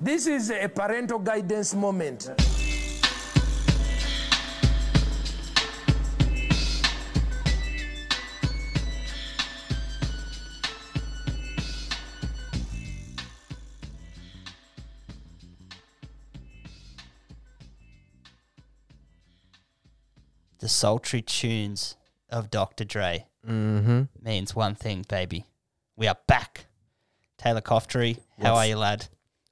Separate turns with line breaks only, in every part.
This is a parental guidance moment.
The sultry tunes of Dr. Dre
Mm-hmm.
means one thing, baby. We are back. Taylor Coftree, how are you, lad?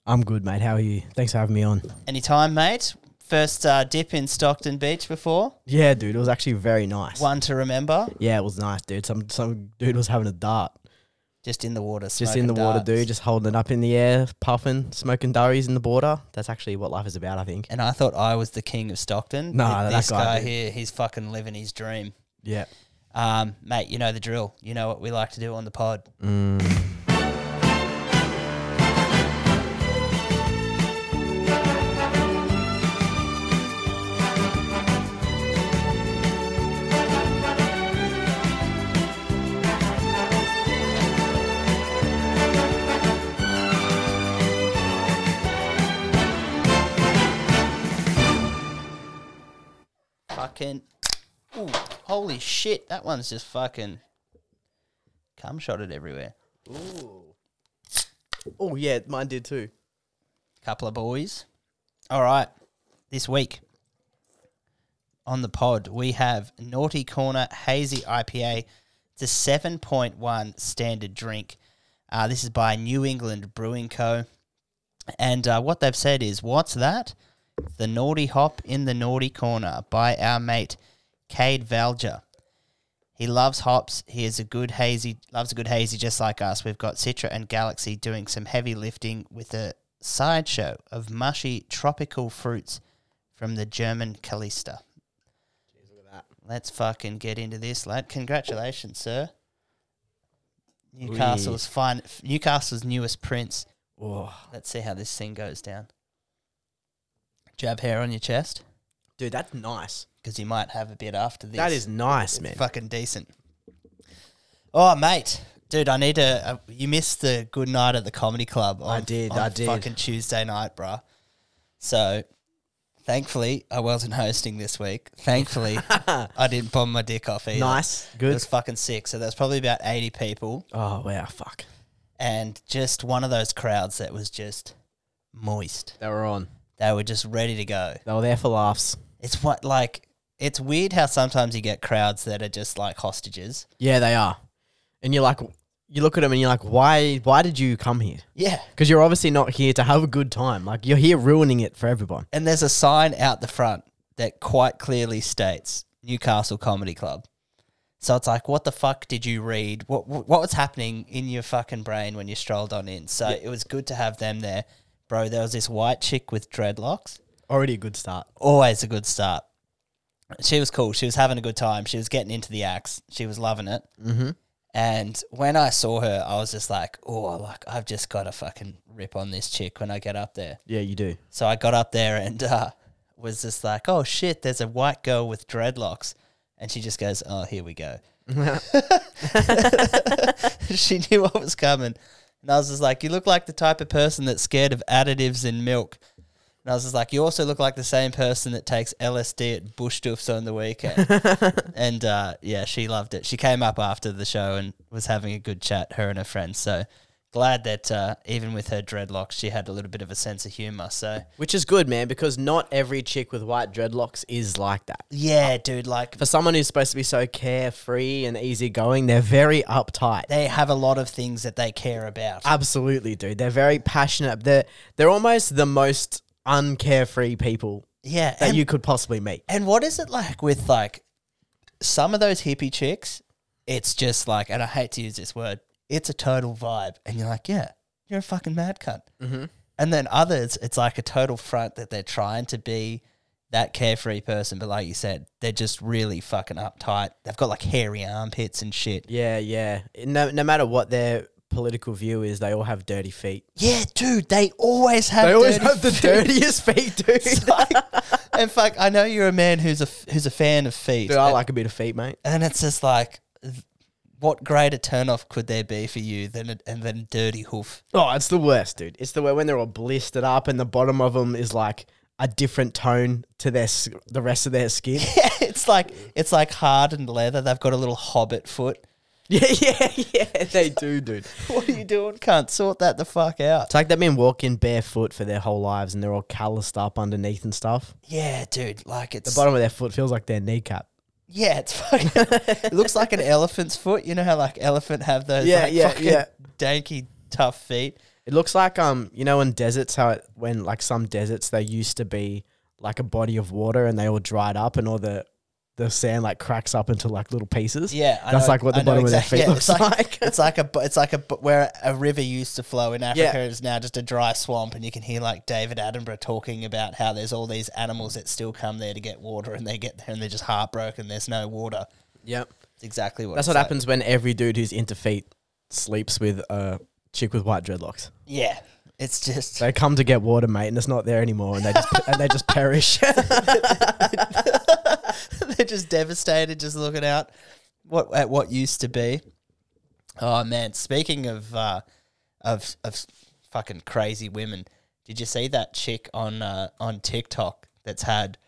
I'm good, mate. How are you? Thanks for having me on.
Anytime, mate. First uh, dip in Stockton Beach before.
Yeah, dude, it was actually very nice.
One to remember.
Yeah, it was nice, dude. Some some dude was having a dart
Just in the water.
just
smoking
in the water,
darts.
dude, just holding it up in the air, puffing, smoking durries in the border. That's actually what life is about, I think.
And I thought I was the king of Stockton.
Nah,
Th-
that
this
guy,
guy
dude.
here, he's fucking living his dream.
Yeah.
Um, mate, you know the drill. You know what we like to do on the pod. Fucking. Ooh, holy shit. That one's just fucking. Cum shotted everywhere.
Oh yeah, mine did too.
Couple of boys. All right. This week on the pod, we have Naughty Corner Hazy IPA. It's a 7.1 standard drink. Uh, this is by New England Brewing Co. And uh, what they've said is, what's that? The Naughty Hop in the Naughty Corner by our mate Cade Valger. He loves hops. He is a good hazy, loves a good hazy just like us. We've got Citra and Galaxy doing some heavy lifting with a sideshow of mushy tropical fruits from the German Kalista. Let's fucking get into this, lad. Congratulations, sir. Newcastle's fine, Newcastle's newest prince.
Oh,
Let's see how this thing goes down. Do you have hair on your chest?
dude, that's nice.
Because you might have a bit after this.
That is nice, man.
fucking decent. Oh, mate. Dude, I need to. Uh, you missed the good night at the comedy club. On,
did,
on
I did.
Fucking Tuesday night, bruh. So, thankfully, I wasn't hosting this week. Thankfully, I didn't bomb my dick off either.
Nice,
It
good.
was fucking sick. So there's probably about 80 people,
Oh wow, fuck.
and just one of those crowds that was just moist.
They were on.
They were just ready to go.
They were there for laughs.
It's what like it's weird how sometimes you get crowds that are just like hostages.
Yeah, they are. And you're like, you look at them and you're like, why? Why did you come here?
Yeah.
Because you're obviously not here to have a good time. Like you're here ruining it for everyone.
And there's a sign out the front that quite clearly states Newcastle Comedy Club. So it's like, what the fuck did you read? What what was happening in your fucking brain when you strolled on in? So it was good to have them there, bro. There was this white chick with dreadlocks.
Already a good start.
Always a good start. She was cool. She was having a good time. She was getting into the acts. She was loving it.
Mm-hmm.
And when I saw her, I was just like, oh, like I've just got to fucking rip on this chick when I get up there.
Yeah, you do.
So I got up there and uh, was just like, oh shit, there's a white girl with dreadlocks. And she just goes, oh, here we go. she knew what was coming. And I was just like, you look like the type of person that's scared of additives in milk. And I was just like, you also look like the same person that takes LSD at bush doofs on the weekend. and uh, yeah, she loved it. She came up after the show and was having a good chat, her and her friends. So glad that uh, even with her dreadlocks, she had a little bit of a sense of humor. So
Which is good, man, because not every chick with white dreadlocks is like that.
yeah, dude, like
For someone who's supposed to be so carefree and easygoing, they're very uptight.
they have a lot of things that they care about.
Uh, Absolutely, dude. They're very passionate. They're they're almost the most uncarefree people
yeah,
that
and,
you could possibly meet.
and what is it like with like some of those hippie chicks? It's just like, and I hate to use this word, it's a total vibe, and you're like, yeah, you're a fucking mad cunt. Mm-hmm. And then others, it's like a total front that they're trying to be that carefree person, but like you said, they're just really fucking uptight. They've got like hairy armpits and shit.
Yeah, yeah. No, no matter what their political view is, they all have dirty feet.
Yeah, dude, they always have.
They always
dirty
have the
feet.
dirtiest feet, dude.
It's like- and fuck, I know you're a man who's a f- who's a fan of feet.
dude, I like a bit of feet, mate.
and it's just like th- what greater turnoff could there be for you than a, and than a dirty hoof?
Oh, it's the worst, dude. It's the way when they're all blistered up and the bottom of them is like a different tone to their s- the rest of their skin.
it's like it's like hardened leather. They've got a little hobbit foot.
yeah, yeah, yeah. They do, dude.
What are you doing? Can't sort that the fuck out.
It's like they've been walking barefoot for their whole lives and they're all calloused up underneath and stuff.
Yeah, dude. Like it's
The bottom of their foot feels like their kneecap.
yeah, it's fucking. it looks like an elephant's foot. You know how like elephant have those
Yeah,
like,
yeah,
fucking
yeah.
danky tough feet.
It looks like um, you know, in deserts, how it, when like some deserts they used to be like a body of water and they all dried up and all the the sand like cracks up into like little pieces.
Yeah, I
that's
know-
like what the
I know
bottom
exact-
of their feet
yeah,
looks
it's
like.
it's like a bu- it's like a bu- where a river used to flow in Africa is now just a dry swamp, and you can hear like David Attenborough talking about how there's all these animals that still come there to get water, and they get there and they're just heartbroken. There's no water.
yep,
It's exactly what.
that's
it's
what
like.
happens when every dude who's into feet sleeps with a chick with white dreadlocks.
Yeah, it's just
They come to get water, mate, and it's not there anymore, and they just and they just perish.
they're just devastated just looking out what at what used to be. Oh man, speaking of uh, of of fucking crazy women, did you see that chick on uh, on TikTok that's had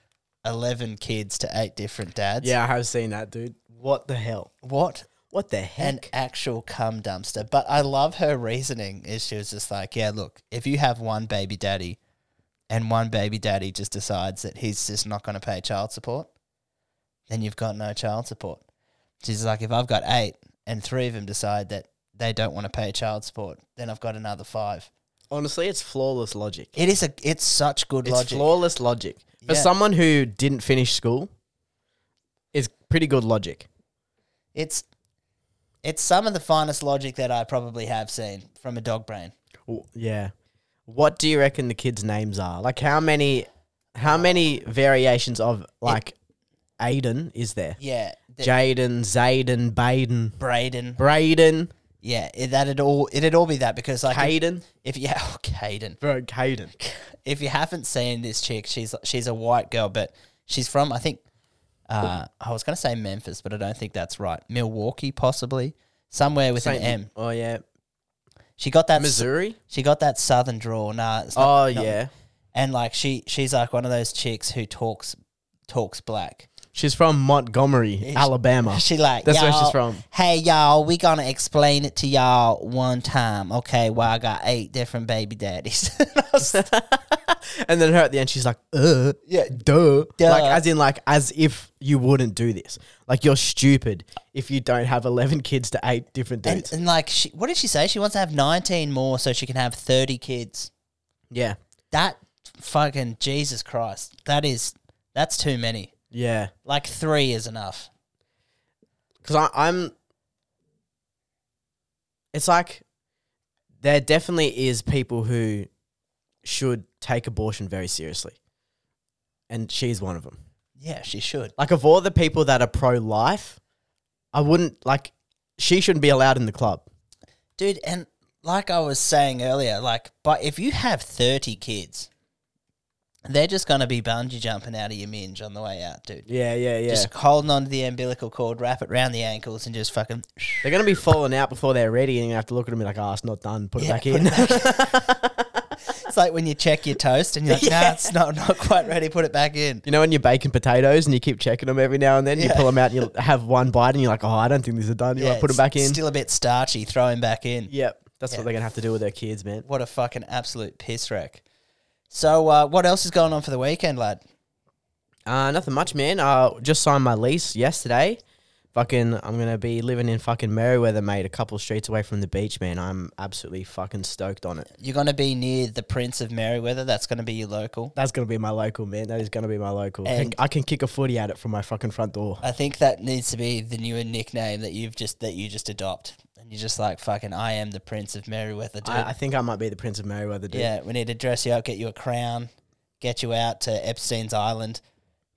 eleven kids to eight different dads?
yeah, I have seen that, dude. What the hell?
what
What the
an
heck?
actual cum dumpster. But I love her reasoning is she was just like, yeah, look, if you have one baby daddy and one baby daddy just decides that he's just not going to pay child support, then you've got no child support. She's like, if I've got eight and three of them decide that they don't want to pay child support, then I've got another five.
Honestly, it's flawless logic.
It is a, it's such good
It's
logic.
flawless logic. For
Yeah.
someone who didn't finish school, it's pretty good logic.
It's, it's some of the finest logic that I probably have seen from a dog brain.
W- Yeah. What do you reckon the kids' names are? Like how many how many variations of like Aiden is there?
Yeah. the-
Jaden, Zayden, Baden,
Braden.
Braden,
Yeah, it, that'd all it'd all be that because like if-
Caden.
if you oh, Caden,
Bro, Caden.
if you haven't seen this chick, she's she's a white girl, but she's from I think uh, I was gonna say Memphis, but I don't think that's right. Milwaukee, possibly somewhere with an M.
Oh yeah.
She got that s-
Missouri?
she got that southern drawl. Nah, it's not,
Oh
not-
yeah.
and like she she's like one of those chicks who talks talks black.
She's from Montgomery, Alabama.
She like
That's where she's
"Y'all,
from."
Hey y'all, we gonna explain it to y'all one time, okay? Why I got eight different baby daddies. And I was
And then her at the end, she's like, uh, yeah, duh. Like, as in, like, as if you wouldn't do this. Like, you're stupid if you don't have 11 kids to eight different
And,
dudes.
and like, she, what did she say? She wants to have 19 more so she can have 30 kids.
yeah.
That fucking Jesus Christ. That is, that's too many.
Yeah.
Like, three is enough.
Because I'm. It's like there definitely is people who should take abortion very seriously. And she's one of them.
Yeah, she should.
Like, of all the people that are pro life, I wouldn't, like, she shouldn't be allowed in the club.
Dude, and like I was saying earlier, like, but if you have 30 kids, they're just going to be bungee jumping out of your minge on the way out, dude.
Yeah, yeah, yeah.
Just holding onto the umbilical cord, wrap it round the ankles, and just fucking.
They're going to be falling out before they're ready, and you have to look at them and be like, oh, it's not done. Put it
Yeah,
back
put
in.
It's like when you check your toast and you're like, nah, it's not, not quite ready, put it back in.
you know, when you're baking potatoes and you keep checking them every now and then, you
Yeah.
pull them out and you have one bite, and you're like, oh, I don't think these are done. You like, put them
it's
back in.
Still a bit starchy. Throw him back in.
yep. That's what they're going to have to do with their kids, man.
What a fucking absolute piss wreck. So, uh, what else is going on for the weekend, lad?
Uh, nothing much, man. I just signed my lease yesterday. Fucking, I'm going to be living in fucking Merriweather, mate, a couple streets away from the beach, man. I'm absolutely fucking stoked on it.
You're going to be near the Prince of Merriweather. That's going to be your local.
That's going to be my local, man. That is going to be my local.
And-
I can kick a footy at it from my fucking front door.
I think that needs to be the newer nickname that you've just that you just adopt, and you're just like fucking. I am the Prince of Merriweather, dude.
I, I think I might be the Prince of Merriweather, dude.
yeah, we need to dress you up, get you a crown, get you out to Epstein's Island,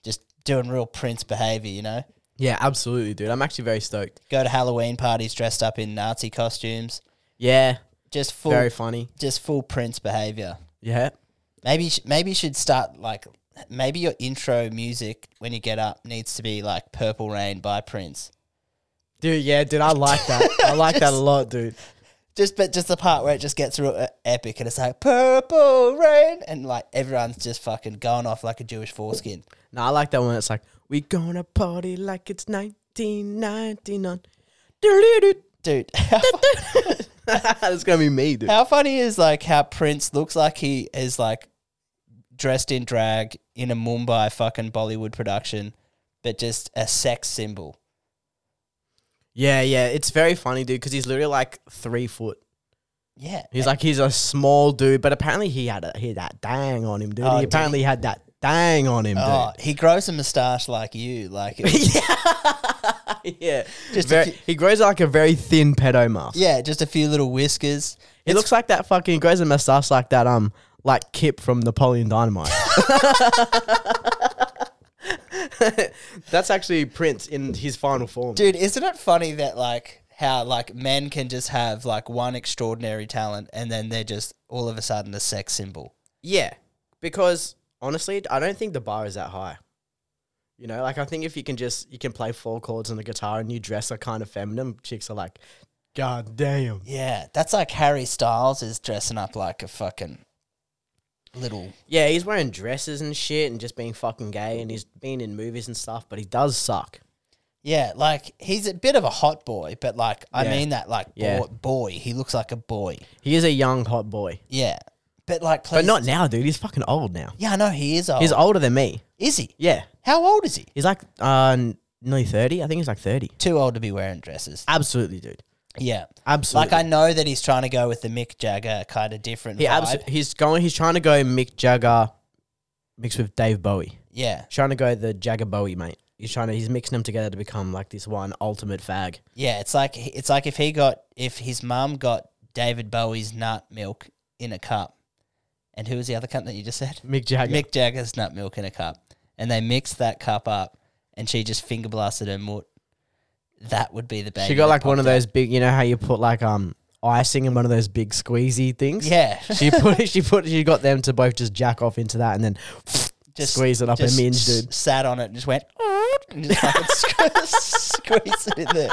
just doing real prince behavior, you know.
Yeah, absolutely, dude. I'm actually very stoked.
Go to Halloween parties dressed up in Nazi costumes,
Yeah,
just full,
very funny.
just full prince behavior.
Yeah.
Maybe you sh- maybe you should start like maybe your intro music when you get up needs to be like Purple Rain by Prince.
Dude, yeah, dude, I like that. I like that a lot, dude.
Just but just the part where it just gets real uh, epic and it's like purple rain and like everyone's just fucking going off like a Jewish foreskin.
No, I like that one. It's like we gonna party like it's 1999.
Dude, how,
That's gonna be me, dude.
how funny is like how Prince looks like he is like dressed in drag in a Mumbai fucking Bollywood production, but just a sex symbol.
Yeah, yeah, it's very funny, dude, because he's literally like three foot.
Yeah.
He's like he's a small dude, but apparently he had a, he had that dang on him, dude.
Oh,
he
did
apparently had that dang on him,
Oh, he grows a moustache like you, like
dude. yeah, yeah.
Just a
Very-
few-
he grows like a very thin pedo mask.
yeah, just a few little whiskers.
He looks like that fucking he grows a mustache like that um like Kip from Napoleon Dynamite. That's actually Prince in his final form.
Dude, isn't it funny that like how like men can just have like one extraordinary talent and then they're just all of a sudden a sex symbol.
Yeah, because honestly, I don't think the bar is that high. You know, like I think if you can just you can play four chords on the guitar and you dress a kind of feminine, chicks are like, God damn.
Yeah, that's like Harry Styles is dressing up like a fucking little.
Yeah, he's wearing dresses and shit and just being fucking gay and he's been in movies and stuff, but he does suck.
Yeah, like he's a bit of a hot boy, but like I
Yeah.
mean that like
Yeah.
boy, boy, he looks like a boy.
He is a young hot boy,
Yeah, but like, please,
but not now, dude. He's fucking old now.
Yeah, I know he is old.
He's older than me.
is he?
Oh. Yeah,
How old is he?
he's like uh n- nearly thirty. I think he's like thirty.
Too old to be wearing dresses.
Absolutely, dude.
Yeah,
Absolutely.
like I know that he's trying to go with the Mick Jagger kind of different
He
vibe.
abso- he's going. He's trying to go Mick Jagger mixed with Dave Bowie.
yeah,
Trying to go the Jagger Bowie, mate. He's trying to. He's mixing them together to become like this one ultimate fag.
yeah. It's like it's like if he got if his mum got David Bowie's nut milk in a cup, and who was the other cunt that you just said?
Mick Jagger.
Mick Jagger's nut milk in a cup, and they mixed that cup up, and she just finger blasted her mut. That would be the baby.
she got
that
like one of
popped out.
those big. You know how you put like um icing in one of those big squeezy things.
Yeah,
She put. She put. She got them to both just jack off into that and then
just
squeeze it up and
just
minge,
s-
dude.
Sat on it and just went and just fucking sque- squeezed it in there.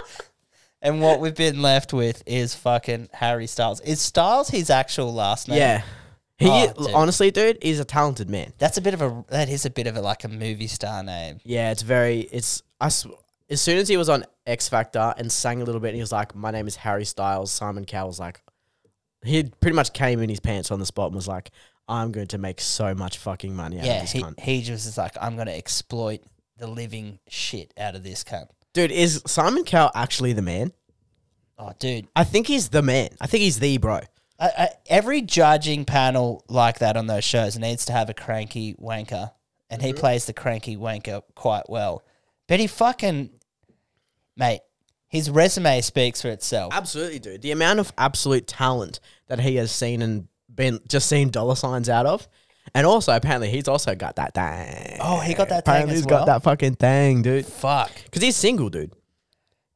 And what we've been left with is fucking Harry Styles. Is Styles his actual last name?
Yeah. He
Oh, dude.
honestly, dude, he's a talented man.
That's a bit of a that is a bit of a like a movie star name.
Yeah, it's very. It's I. s- As soon as he was on X Factor and sang a little bit, and he was like, "My name is Harry Styles." Simon Cowell was like, he pretty much came in his pants on the spot and was like, "I'm going to make so much fucking money out
Yeah,
of this
he,
cunt."
he just is like, I'm gonna exploit the living shit out of this cunt.
Dude, is Simon Cowell actually the man?
Oh, dude.
I think he's the man. I think he's the bro.
I, I, every judging panel like that on those shows needs to have a cranky wanker, and
Mm-hmm.
he plays the cranky wanker quite well. But he fucking, mate, his resume speaks for itself.
Absolutely, dude. The amount of absolute talent that he has seen and been just seen dollar signs out of, and also apparently he's also got that thing.
Oh, he got that thing
apparently
as
he's
well.
got that fucking thing, dude.
Fuck.
Because he's single, dude.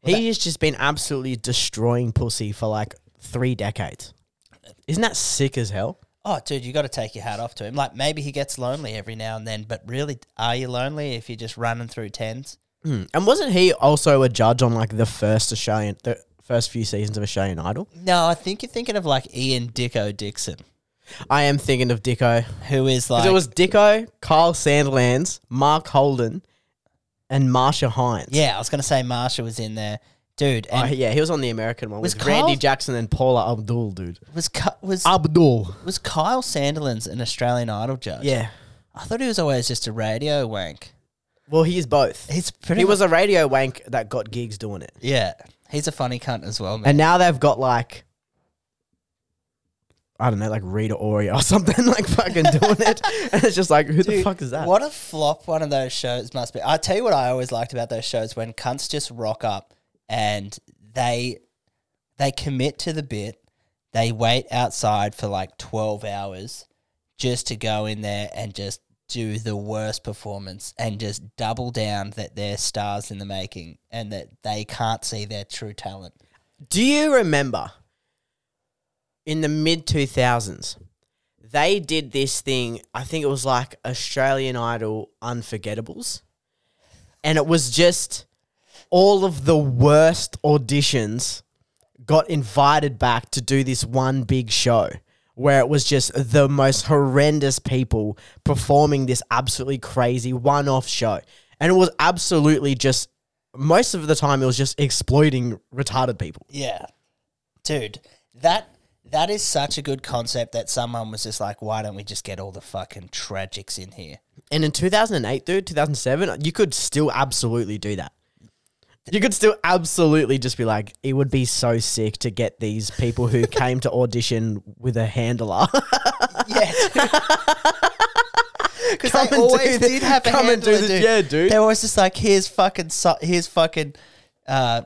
He has just been absolutely destroying pussy for like three decades. Isn't that sick as hell?
Oh, dude, you got to take your hat off to him. Like maybe he gets lonely every now and then, but really, are you lonely if you're just running through tens?
Mm. And wasn't he also a judge on like the first Australian, the first few seasons of Australian Idol?
No, I think you're thinking of like Ian Dicko Dixon,
I am thinking of Dicko.
who is like
Because it was Dicko, Kyle Sandlands, Mark Holden, and Marsha Hines.
yeah. I was gonna say Marsha was in there, dude.
Oh,
And
yeah, he was on the American one.
Was
with Randy
Kyle-
Jackson and Paula Abdul, dude.
was cu- was
Ah. Abdul.
Was Kyle Sandilands an Australian Idol judge?
Yeah.
I thought he was always just a radio wank.
Well, he is both.
He's pretty.
He was a radio wank that got gigs doing it.
Yeah, he's a funny cunt as well, man.
And now they've got like I don't know, like Rita Ora or something like fucking doing it. And it's just like, who the fuck is that?
What a flop one of those shows must be. I tell you what, I always liked about those shows when cunts just rock up and they they commit to the bit. They wait outside for like twelve hours just to go in there and just do the worst performance and just double down that they're stars in the making and that they can't see their true talent.
Do you remember in the mid 2000s, they did this thing, I think it was like Australian Idol Unforgettables. And it was just all of the worst auditions got invited back to do this one big show where it was just the most horrendous people performing this absolutely crazy one off show. And it was absolutely just, most of the time, it was just exploiting retarded people.
Yeah. Dude, that that is such a good concept that someone was just like, why don't we just get all the fucking tragics in here?
And in 2008, dude, 2007, you could still absolutely do that. You could still absolutely just be like, it would be so sick to get these people who came to audition with a handler.
Yeah. Because
Come
they
and do
always
the-
did have a
come and do
handler,
the- yeah, dude.
They were always just like, here's fucking, so- here's fucking, uh,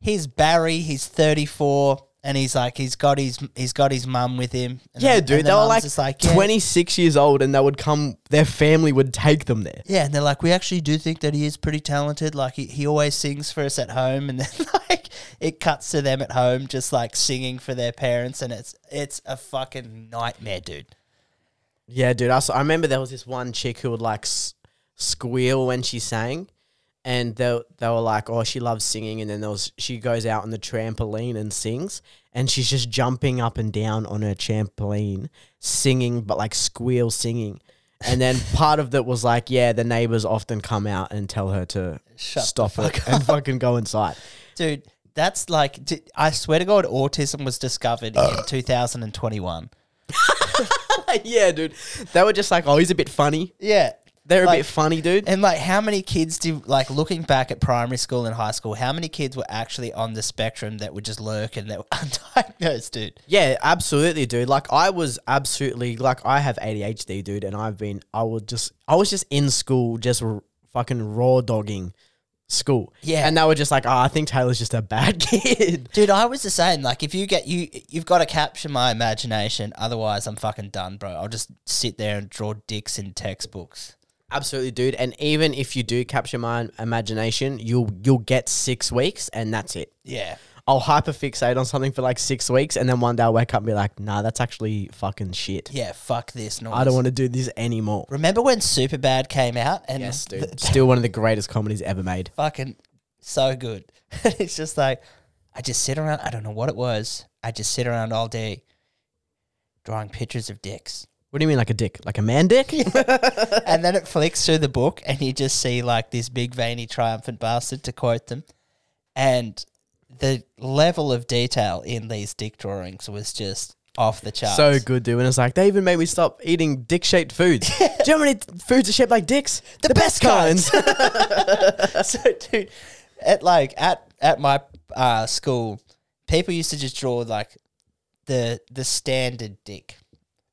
here's Barry. He's thirty four, and he's like, he's got his, he's got his mum with him. And
yeah,
then-
dude,
and the
they were
mum's
like,
just like yeah.
26 years old and they would come, their family would take them there.
Yeah, and they're like, we actually do think that he is pretty talented. Like he, he always sings for us at home, and then like it cuts to them at home just like singing for their parents, and it's it's a fucking nightmare, dude.
Yeah, dude. I, s- I remember there was this one chick who would like s- squeal when she sang, and they they were like, "Oh, she loves singing." And then there was she goes out on the trampoline and sings, and she's just jumping up and down on her trampoline, singing, but like squeal singing. And then part of that was like, yeah, the neighbors often come out and tell her to
Shut the
stop it and fucking go inside.
Dude, that's like, d- I swear to God, autism was discovered in 2021.
yeah, dude. They were just like, oh, he's a bit funny.
Yeah.
They're a
Like-
bit funny, dude.
And like, how many kids do, like, looking back at primary school and high school, how many kids were actually on the spectrum that were just lurking that were undiagnosed, dude?
Yeah, absolutely, dude. Like I was absolutely like I have ADHD, dude, and I've been I would just I was just in school just r- fucking raw dogging school.
Yeah.
and they were just like, oh, I think Taylor's just a bad kid.
Dude, I was the same. Like, if you get you, you've got to capture my imagination. Otherwise, I'm fucking done, bro. I'll just sit there and draw dicks in textbooks.
absolutely, dude. And even if you do capture my imagination, you'll you'll get six weeks, and that's it.
Yeah,
I'll hyperfixate on something for like six weeks, and then one day I'll wake up and be like, nah, that's actually fucking shit.
yeah. Fuck this noise.
I don't want to do this anymore.
Remember when Superbad came out and
Yes,
th-
dude. Still one of the greatest comedies ever made.
fucking so good. it's just like I just sit around. I don't know what it was. I just sit around all day drawing pictures of dicks,
What do you mean, like a dick? Like a man dick?
and then it flicks through the book, and you just see like this big veiny triumphant bastard to quote them, and the level of detail in these dick drawings was just off the charts.
so good, dude. And it's like they even made me stop eating dick shaped foods. Do you know how many t- foods are shaped like dicks? The, best, kinds.
so dude at like at at my uh school people used to just draw like the the standard dick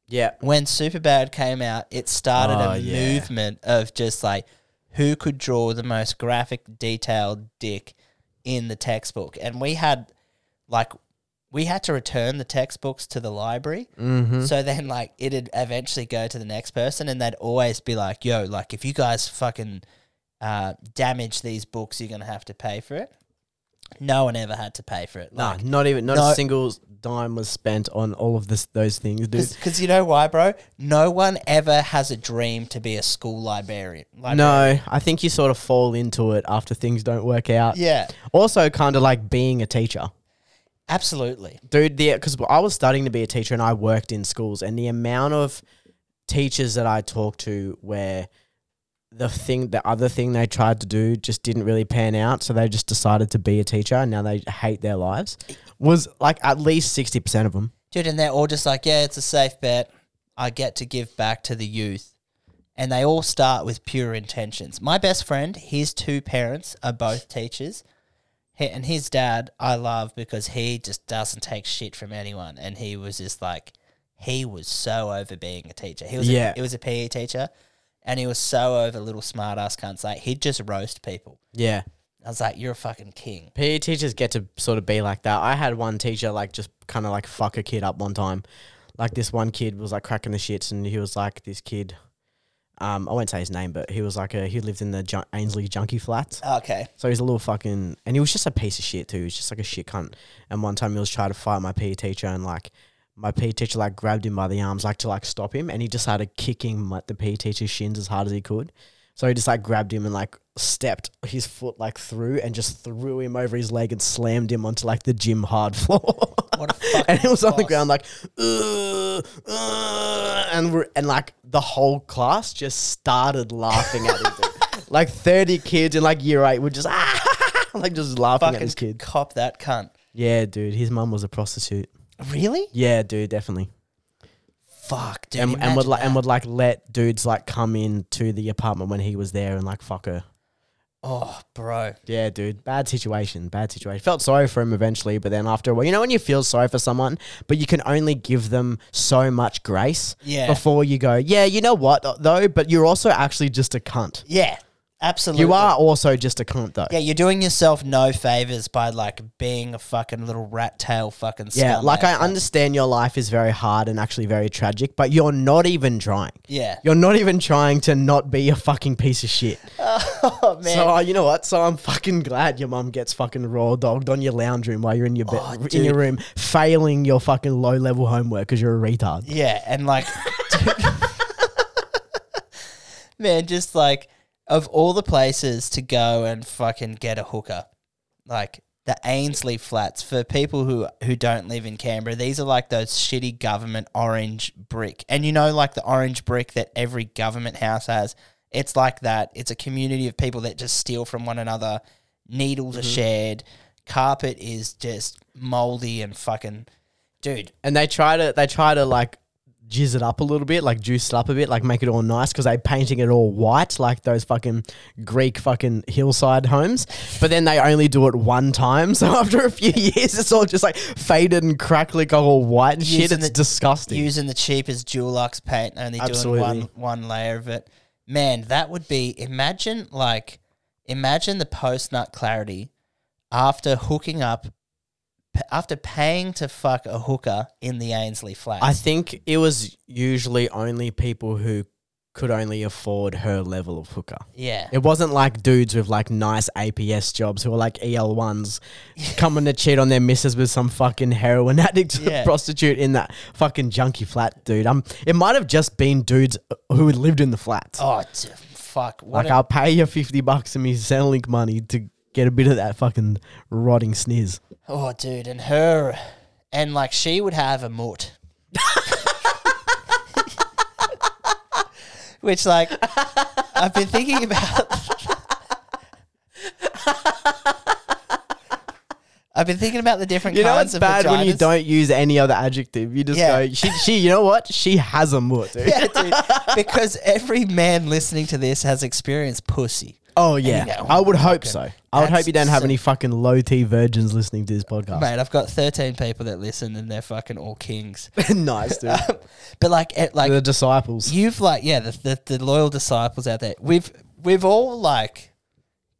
yeah.
when superbad came out it started
Oh,
a
yeah.
movement of just like who could draw the most graphic detailed dick in the textbook and we had like we had to return the textbooks to the library
Mm-hmm.
so then, like, it'd eventually go to the next person, and they'd always be like, "Yo, like, if you guys fucking uh, damage these books, you're gonna have to pay for it." No one ever had to pay for it,
Nah,
like,
not even not
No.
a single dime was spent on all of this those things, dude.
because you know why, bro? No one ever has a dream to be a school librarian. Like,
No, I think you sort of fall into it after things don't work out.
yeah,
Also, kind of like being a teacher.
absolutely.
dude the because i was studying to be a teacher and i worked in schools and the amount of teachers that i talked to where the thing the other thing they tried to do just didn't really pan out so they just decided to be a teacher and now they hate their lives was like at least 60% of them
dude, and they're all just like, yeah, it's a safe bet. I get to give back to the youth. And they all start with pure intentions. My best friend, his two parents are both teachers. He- And his dad, I love because he just doesn't take shit from anyone. And he was just like, he was so over being a teacher. He was,
Yeah.
a, he was a PE teacher, and he was so over little smart ass cunts. Like he'd just roast people.
yeah
I was like, you're a fucking king.
PE teachers get to sort of be like that. I had one teacher like just kind of like fuck a kid up one time. Like this one kid was like cracking the shits, and he was like this kid. Um, I won't say his name, but he was like a he lived in the ju- Ainsley Junkie Flats.
Okay.
So he's a little fucking, and he was just a piece of shit too. He was just like a shit cunt. And one time he was trying to fight my PE teacher, and like my PE teacher like E grabbed him by the arms like to like stop him, and he just started kicking like the PE teacher's shins as hard as he could. So he just like grabbed him and like stepped his foot like through and just threw him over his leg and slammed him onto like the gym hard floor.
What a fucking
and he was on the
boss.
ground like, "Ugh, ugh," and we're, and like the whole class just started laughing at him. dude. Like thirty kids in like year eight were just ah, like just laughing at
Fucking
this kid.
cop that cunt.
Yeah, dude, his mum was a prostitute.
Really?
Yeah, dude, definitely.
Fuck, dude.
And, and would
imagine
like and
that.
would like let dudes like come in to the apartment when he was there and like fuck her.
oh, bro.
Yeah, dude, bad situation, bad situation. Felt sorry for him eventually, but then after a while, you know when you feel sorry for someone, but you can only give them so much grace
Yeah.
before you go, yeah, you know what though, but you're also actually just a cunt.
Yeah, absolutely.
You are also just a cunt though.
Yeah, you're doing yourself no favors by like being a fucking little rat tail fucking.
Yeah,
scumbag.
like I understand your life is very hard and actually very tragic, but you're not even trying.
Yeah.
You're not even trying to not be a fucking piece of shit.
Oh man.
So uh, you know what? So I'm fucking glad your mum gets fucking raw dogged on your lounge room while you're in your bed, in your room, failing your fucking low level homework because you're a retard.
yeah, and like, dude- man, just like of all the places to go and fucking get a hooker, like the Ainsley Flats for people who who don't live in Canberra. These are like those shitty government orange brick, and you know, like the orange brick that every government house has. It's like that. It's a community of people that just steal from one another. Needles are shared. Carpet is just moldy and fucking, dude.
And they try to they try to like jizz it up a little bit, like juice it up a bit, like make it all nice because they painting it all white, like those fucking Greek fucking hillside homes. But then they only do it one time, so after a few years, it's all just like faded and crackly, got all white and shit.
Using
It's
the-
disgusting.
using the cheapest Dulux paint and only
Absolutely.
doing one one layer of it. Man, that would be imagine like imagine the post nut clarity after hooking up p- after paying to fuck a hooker in the Ainsley flats.
I think it was usually only people who could only afford her level of hooker.
yeah.
It wasn't like dudes with like nice APS jobs who are like EL ones coming to cheat on their missus with some fucking heroin addict
Yeah.
prostitute in that fucking junky flat, dude. Um, it might have just been dudes who had lived in the flats.
Oh d- fuck. What
like,
a-
I'll pay you fifty bucks of me Centrelink money to get a bit of that fucking rotting sniz.
oh dude, and her and like she would have a moot. Which like I've been thinking about I've been thinking about the different
You know
kinds
it's
of
bad when you
vaginas.
don't use any other adjective. You just
Yeah.
go, she, she. You know what? She has a mutt, dude.
Yeah, dude, because every man listening to this has experienced pussy.
Oh yeah,
go,
I would hope so. I would hope
that's
you don't have
so-
any fucking low T virgins listening to this podcast.
Mate, I've got 13 people that listen and they're fucking all kings.
nice, dude.
But like it, like
the disciples.
you've like yeah, the, the the loyal disciples out there. We've we've all like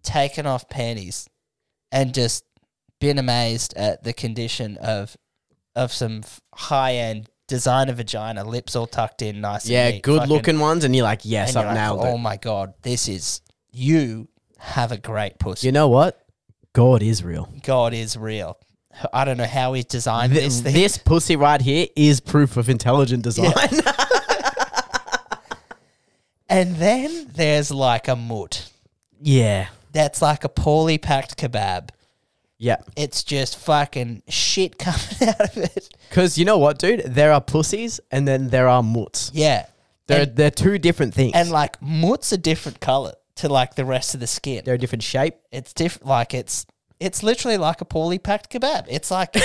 taken off panties and just been amazed at the condition of of some high end designer vagina, lips all tucked in, nice. and
yeah,
neat,
good
fucking-
looking ones, and you're like,
And
yes,
you're
I've
like,
nailed
oh
it.
my god, this is you have a great pussy.
You know what? God is real.
God is real. I don't know how he designed
This,
this thing.
this pussy right here is proof of intelligent design.
And then there's like a mut.
yeah.
That's like a poorly packed kebab.
Yeah.
it's just fucking shit coming out of it.
Because you know what, dude? There are pussies and then there are mutts.
Yeah.
They're,
and,
they're two different things.
and like mutts a different color to like the rest of the skin.
they're a different shape.
It's different. Like it's it's literally like a poorly packed kebab. It's like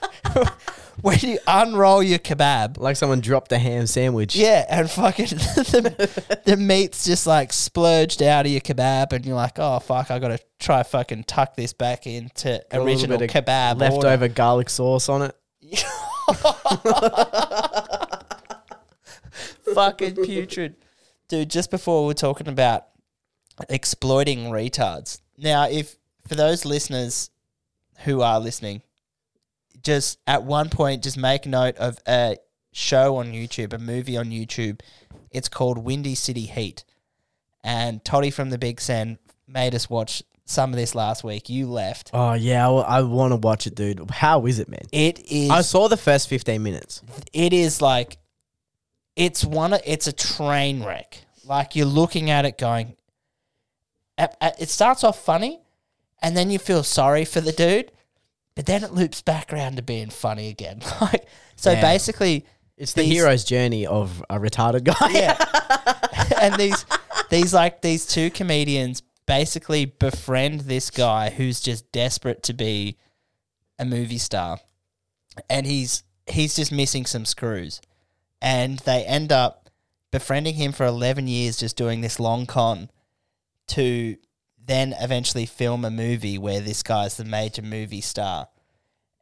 when you unroll your kebab.
Like someone dropped a ham sandwich.
Yeah, and fucking the, the meat's just like splurged out of your kebab, and you're like, oh fuck, I gotta try fucking tuck this back into
A little
original
bit of
kebab
Leftover
order.
garlic sauce on it.
fucking putrid. Dude, just before we were talking about exploiting retards. Now, if for those listeners who are listening, just at one point, just make note of a show on YouTube, a movie on YouTube. It's called Windy City Heat. And Toddy from the Big Sen made us watch some of this last week. You left.
Oh, yeah. I, want to watch it, dude. How is it, man?
It is
I saw the first 15 minutes.
it is like it's one of, it's a train wreck Like you're looking at it going, at- at- it starts off funny, and then you feel sorry for the dude, but then it loops back around to being funny again. Like so,
Yeah.
basically,
It's the
these-
hero's journey of a retarded guy.
yeah. and these these like these two comedians basically befriend this guy who's just desperate to be a movie star. And he's he's just missing some screws. And they end up befriending him for 11 years just doing this long con to then eventually film a movie where this guy's the major movie star.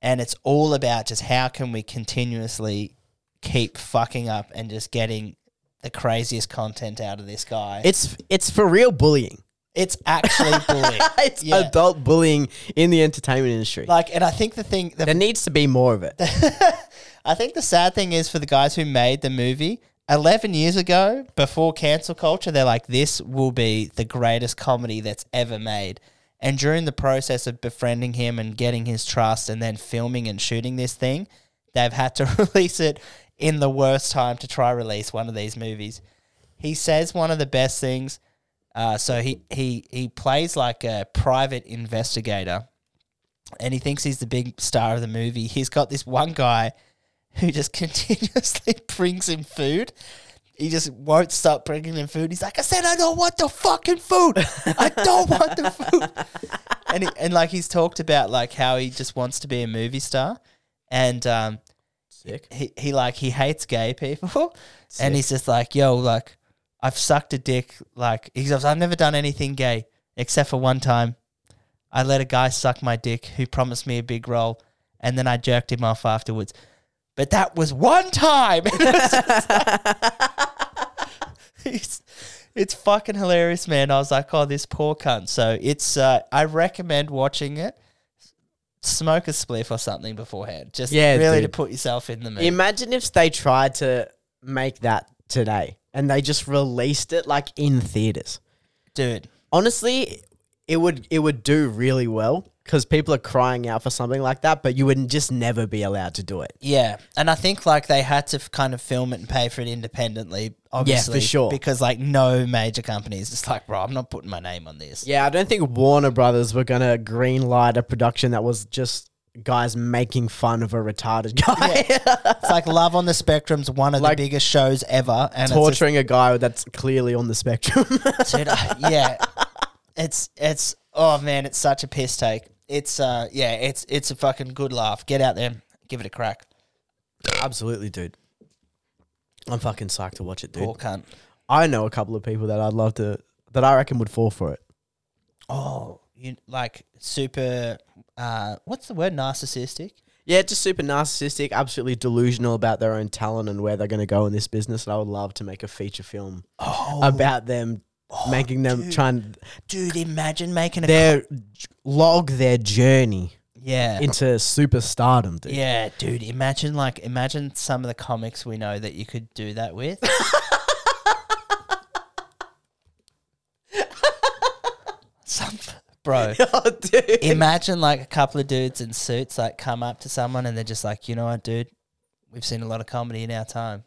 And it's all about just how can we continuously keep fucking up and just getting the craziest content out of this guy.
It's it's for real bullying.
it's actually bullying.
It's
Yeah.
adult bullying in the entertainment industry.
Like, and I think the thing, the
there needs to be more of it.
I think the sad thing is for the guys who made the movie 11 years ago, before cancel culture, they're like, this will be the greatest comedy that's ever made. And during the process of befriending him and getting his trust and then filming and shooting this thing, they've had to release it in the worst time to try release one of these movies. He says one of the best things. Uh, so he, he, he plays like a private investigator and he thinks he's the big star of the movie. He's got this one guy who just continuously brings him food. He just won't stop bringing him food. He's like, I said, I don't want the fucking food. I don't want the food. And he, and like he's talked about like how he just wants to be a movie star, and um,
Sick.
he, he like he hates gay people, and he's just like, yo, like I've sucked a dick. Like he's like, I've never done anything gay except for one time. I let a guy suck my dick who promised me a big role, and then I jerked him off afterwards. But that was one time. it's, it's fucking hilarious, man. I was like, oh, this poor cunt. So it's uh, I recommend watching it. Smoke a spliff or something beforehand, just
Yeah,
really
dude.
to put yourself in the mood.
Imagine if they tried to make that today and they just released it like in theaters.
dude.
Honestly, it would it would do really well because people are crying out for something like that, but you would just never be allowed to do it.
Yeah, and I think like they had to f- kind of film it and pay for it independently, obviously,
sure.
because like no major companies, it's like, bro, I'm not putting my name on this.
Yeah, I don't think Warner Brothers were gonna green light a production that was just guys making fun of a retarded guy,
It's like Love on the Spectrum's one of
Like-
the biggest shows ever, and it's
torturing a guy that's clearly on the spectrum.
just, dude, I- yeah, it's it's oh man, it's such a piss take. It's uh yeah, it's it's a fucking good laugh. Get out there, give it a crack,
Absolutely, dude. I'm fucking psyched to watch it, dude.
poor cunt.
I know a couple of people that I'd love to that I reckon would fall for it.
Oh, you like super? uh What's the word? Narcissistic.
Yeah, just super narcissistic, absolutely delusional about their own talent and where they're going to go in this business. And I would love to make a feature film about them, making them try and
Dude, imagine making a
their log their journey
yeah
into superstardom, dude.
Yeah, dude. Imagine like imagine some of the comics we know that you could do that with. some bro.
oh, dude.
Imagine like a couple of dudes in suits like come up to someone and they're just like, you know what, dude, we've seen a lot of comedy in our time.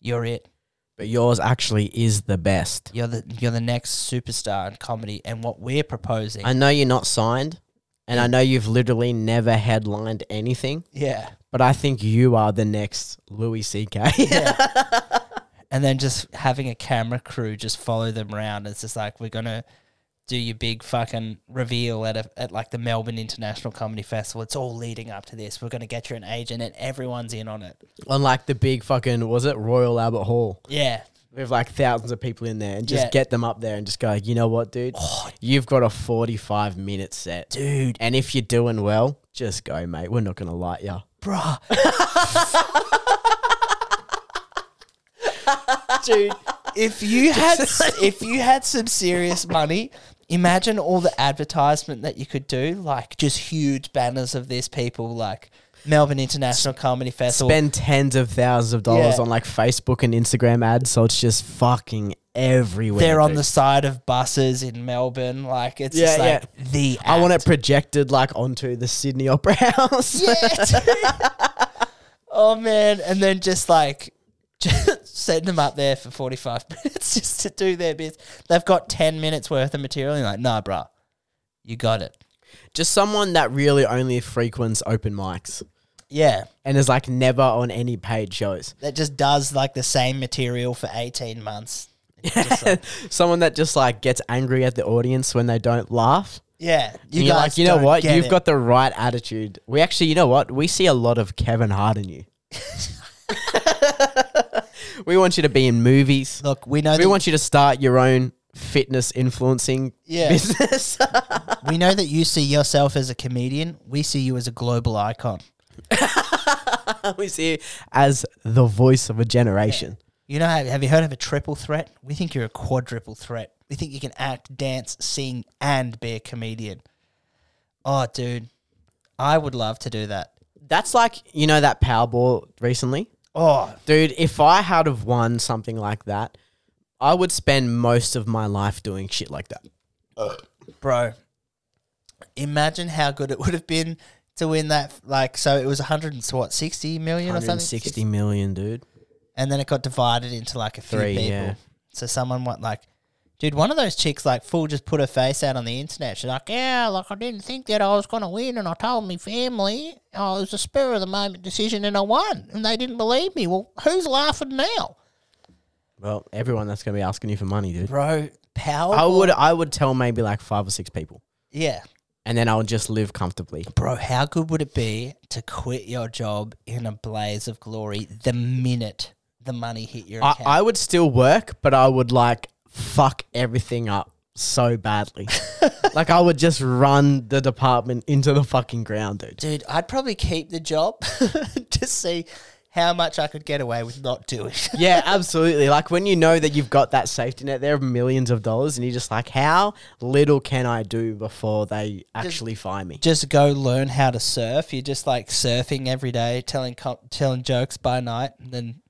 You're it.
But yours actually is the best.
You're the you're the next superstar in comedy. And what we're proposing,
I know you're not signed, and I know you've literally never headlined anything.
yeah,
but I think you are the next Louis C.K.
and then just having a camera crew just follow them around. It's just like we're gonna do your big fucking reveal at a, at like the Melbourne International Comedy Festival. It's all leading up to this. We're gonna get you an agent, and everyone's in on it.
Unlike the big fucking, was it Royal Albert Hall?
Yeah,
With like thousands of people in there and just
Yeah. Oh,
get them up there and just go, you know what, dude? You've got a 45 minute set.
dude,
And if you're doing well, just go, mate. We're not going to light you.
bruh. Dude, if you had if you had some serious money, imagine all the advertisement that you could do, like just huge banners of these people, like Melbourne International Comedy Festival.
Spend tens of thousands of dollars
Yeah.
on like Facebook and Instagram ads. So it's just fucking everywhere.
They're on
dude.
the side of buses in Melbourne, like it's just
Yeah,
like the.
I want it
act.
projected like onto the Sydney Opera House.
Yeah, dude. oh man, and then just like just setting them up there for 45 minutes just to do their bits. They've got 10 minutes worth of material. And you're like, nah, bruh, you got it.
Just someone that really only frequents open mics
Yeah.
and is like never on any paid shows.
That just does like the same material for 18 months. Just like-
someone that just like gets angry at the audience when they don't laugh.
yeah.
You are
guys
like, you know
don't
what?
get
You've
it."
got the right attitude. We actually, you know what? We see a lot of Kevin Hart in you. we want you to be in movies.
Look, we know,
We
that,
want you to start your own fitness influencing
Yeah.
business.
we know that you see yourself as a comedian. We see you as a global icon.
we see you as the voice of a generation.
You know, have, have you heard of a triple threat? We think you're a quadruple threat. We think you can act, dance, sing, and be a comedian. Oh, dude, I would love to do that.
That's like, you know, that Powerball recently?
Oh,
Dude, if I had have won something like that, I would spend most of my life doing shit like that.
bro, imagine how good it would have been to win that. Like, so it was 100 and what, 60 million or something?
160 million, dude.
And then it got divided into like a few
Three,
people.
yeah.
So someone went like, dude, one of those chicks like full just put her face out on the internet. She's like, yeah, like I didn't think that I was going to win, and I told my family oh, it was a spur of the moment decision, and I won, and they didn't believe me. Well, who's laughing now,
Well, everyone that's going to be asking you for money, dude.
bro? Power,
I would I would tell maybe like five or six people,
yeah,
and then I would just live comfortably.
bro. How good would it be to quit your job in a blaze of glory the minute the money hit your
I,
account?
I would still work, but I would like fuck everything up so badly. like I would just run the department into the fucking ground, dude.
Dude, I'd probably keep the job to see how much I could get away with not doing.
Yeah, absolutely. Like when you know that you've got that safety net there of millions of dollars, and you're just like, how little can I do before they actually find me?
just go learn how to surf. You're just like surfing every day, telling com- telling jokes by night, and then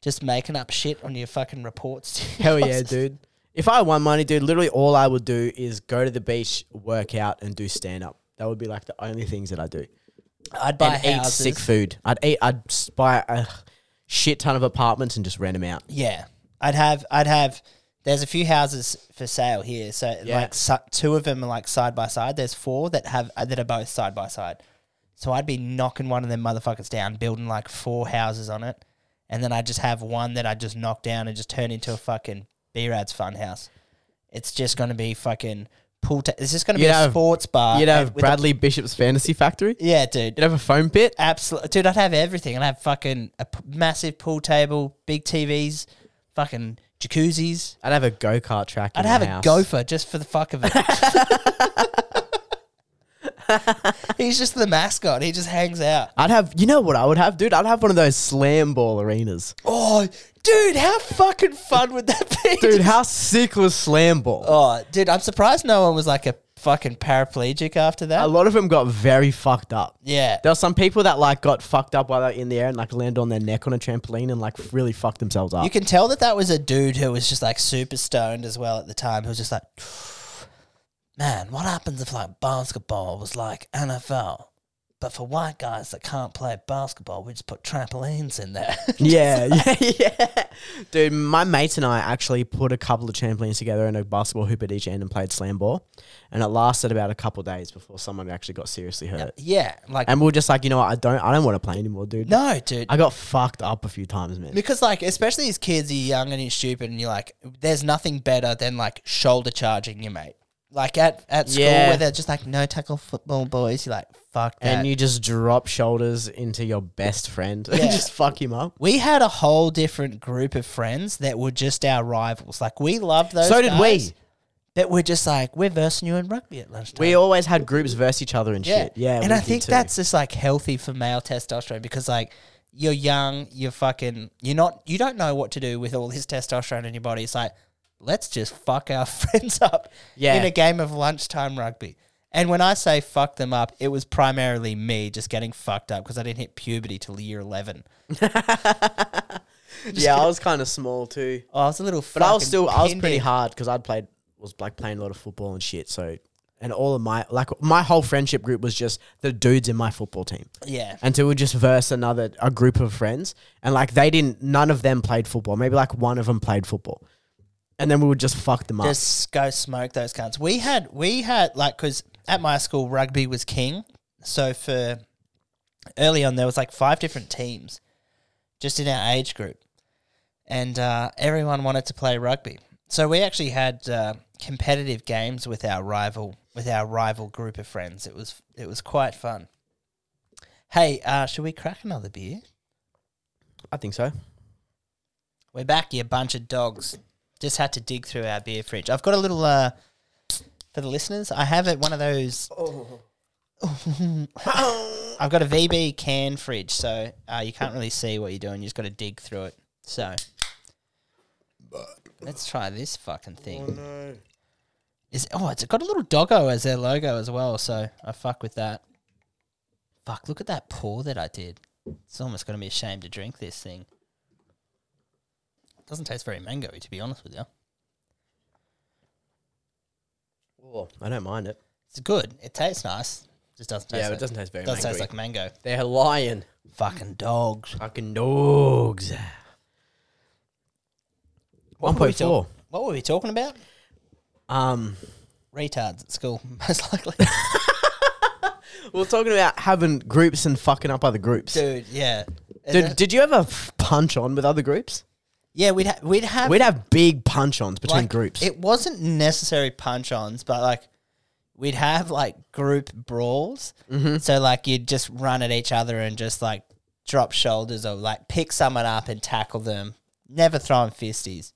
just making up shit on your fucking reports.
Hell yeah, dude. If I won money, dude, literally all I would do is go to the beach, work out, and do stand up. That would be like the only things that I do.
I'd buy
and
houses.
eat sick food. I'd eat. I'd s- buy a shit ton of apartments and just rent them out.
Yeah, I'd have I'd have. There's a few houses for sale here, so
Yeah.
like su- two of them are like side by side. There's four that have uh, that are both side by side. So I'd be knocking one of them motherfuckers down, building like four houses on it, and then I just have one that I just knock down and just turn into a fucking B-Rad's fun house. It's just gonna be fucking pool. Ta- it's just gonna be
You'd
a
have-
sports bar.
You'd have
Uh, and- with a-
Bradley Bishop's Fantasy Factory.
yeah, dude.
You'd have a foam pit.
Absolutely, dude. I'd have everything. I'd have fucking a p- massive pool table, big TVs, fucking jacuzzis.
I'd have a go kart track.
I'd
in
have
my
a
house.
gopher just for the fuck of it. He's just the mascot. He just hangs out.
I'd have. You know what I would have, dude? I'd have one of those slam ball arenas.
Oh, dude, how fucking fun would that be?
Dude, how sick was slam ball?
Oh, dude, I'm surprised no one was like a fucking paraplegic after that.
A lot of them got very fucked up.
yeah.
There were some people that like got fucked up while they're in the air and like landed on their neck on a trampoline and like really fucked themselves up.
You can tell that that was a dude who was just like super stoned as well at the time, who was just like, man, what happens if like basketball was like NFL? But for white guys that can't play basketball, we just put trampolines in there.
yeah, yeah, yeah. Dude, my mates and I actually put a couple of trampolines together and a basketball hoop at each end and played slam ball. And it lasted about a couple of days before someone actually got seriously hurt.
yeah. Like,
And we were just like, you know what, I don't I don't want to play anymore, dude.
No, dude.
I got fucked up a few times, man.
because like especially as kids, you're young and you're stupid, and you're like, there's nothing better than like shoulder charging your mate. Like at, at school
Yeah.
where they're just like no tackle football boys, you're like fuck that.
And you just drop shoulders into your best friend and
Yeah.
just fuck him up.
we had a whole different group of friends that were just our rivals. Like we loved those.
So did
guys,
we.
But we're just like we're versing you in rugby at lunchtime.
We always had groups versus each other and
Yeah.
shit. Yeah.
And
we
I
did
think
too.
that's just like healthy for male testosterone because like you're young, you're fucking you're not you don't know what to do with all this testosterone in your body. It's like, let's just fuck our friends up
Yeah.
in a game of lunchtime rugby. And when I say fuck them up, it was primarily me just getting fucked up because I didn't hit puberty till year eleven.
Yeah, I was kind of small too.
Oh, I was a little
But I was still I was
fucking
pretty
pinhead.
hard because I'd played was like playing a lot of football and shit. So and all of my like my whole friendship group was just the dudes in my football team.
Yeah.
And so we just verse another a group of friends, and like they didn't. None of them played football. Maybe like one of them played football, and then we would just fuck them up.
Just go smoke those cunts. We had, we had, like, because at my school, rugby was king. So for early on, there was like five different teams just in our age group. And uh, everyone wanted to play rugby. So we actually had uh, competitive games with our rival with our rival group of friends. It was it was quite fun. Hey, uh, should we crack another beer?
I think so.
We're back, you bunch of dogs. Just had to dig through our beer fridge. I've got a little uh for the listeners. I have it one of those. I've got a VB can fridge, so uh, you can't really see what you're doing. You just got to dig through it. So let's try this fucking thing. Oh no! Is oh, it's got a little doggo as their logo as well. So I fuck with that. Fuck! Look at that pour that I did. It's almost gonna be ashamed to drink this thing. Doesn't taste very mango, to be honest with you.
Oh, I don't mind it.
It's good. It tastes nice. Just doesn't taste.
Yeah, but
like,
it doesn't taste very.
doesn't taste
mangoey.
like mango.
They're lying.
Fucking dogs.
Fucking dogs.
What
One
were we
point four.
talk- What were we talking about?
Um,
Retards at school, most likely.
we we're talking about having groups and fucking up other groups.
Dude, yeah.
Did, did you ever f- punch on with other groups?
yeah, we'd ha- we'd have
We'd have big punch ons between
like,
groups.
It wasn't necessary punch ons, but like we'd have like group brawls.
Mm-hmm.
So like you'd just run at each other and just like drop shoulders or like pick someone up and tackle them. Never throwing fisties.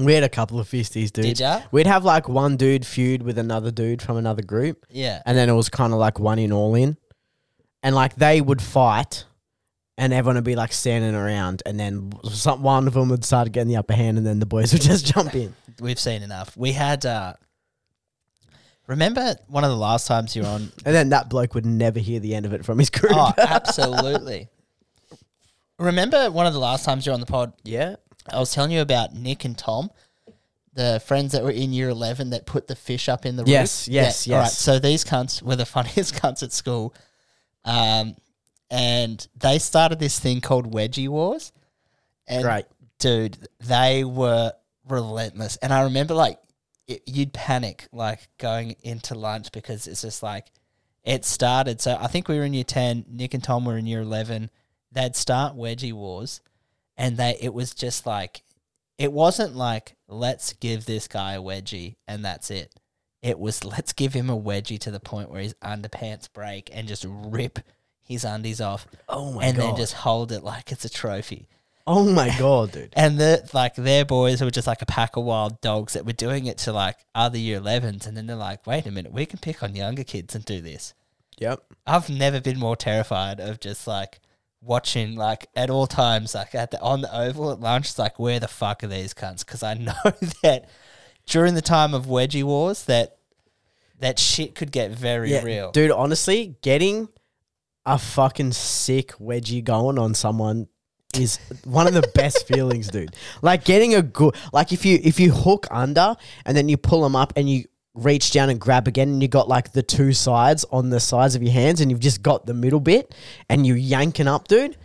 we had a couple of fisties, dude.
Did ya?
We'd have like one dude feud with another dude from another group,
Yeah.
and then it was kind of like one in, all in. And like they would fight, and everyone would be like standing around, and then some, one of them would start getting the upper hand, and then the boys would just jump in.
We've seen enough. We had uh Remember one of the last times you were on
And then that bloke would never hear the end of it from his group.
Oh, absolutely. Remember one of the last times you were on the pod,
yeah.
I was telling you about Nick and Tom, the friends that were in year 11 that put the fish up in the
Yes,
roof?
yes,
All right.
yes.
So these cunts were the funniest cunts at school. Um, and they started this thing called Wedgie Wars. And
Great.
dude, they were relentless. And I remember like it, you'd panic like going into lunch because it's just like it started. So I think we were in year 10, Nick and Tom were in year 11. They'd start Wedgie Wars and they it was just like it wasn't like let's give this guy a wedgie and that's it. It was let's give him a wedgie to the point where his underpants break and just rip his undies off
Oh my
and
god.
then just hold it like it's a trophy.
oh my god, dude.
And the like their boys were just like a pack of wild dogs that were doing it to like other year 11s and then they're like wait a minute we can pick on younger kids and do this.
Yep.
I've never been more terrified of just like watching like at all times like at the on the oval at lunch it's like where the fuck are these cunts because I know that during the time of wedgie wars that that shit could get very real.
Dude, honestly, getting a fucking sick wedgie going on someone is one of the best feelings, dude. Like getting a good like if you if you hook under and then you pull them up and you reach down and grab again and you got like the two sides on the sides of your hands and you've just got the middle bit and you yanking up, dude.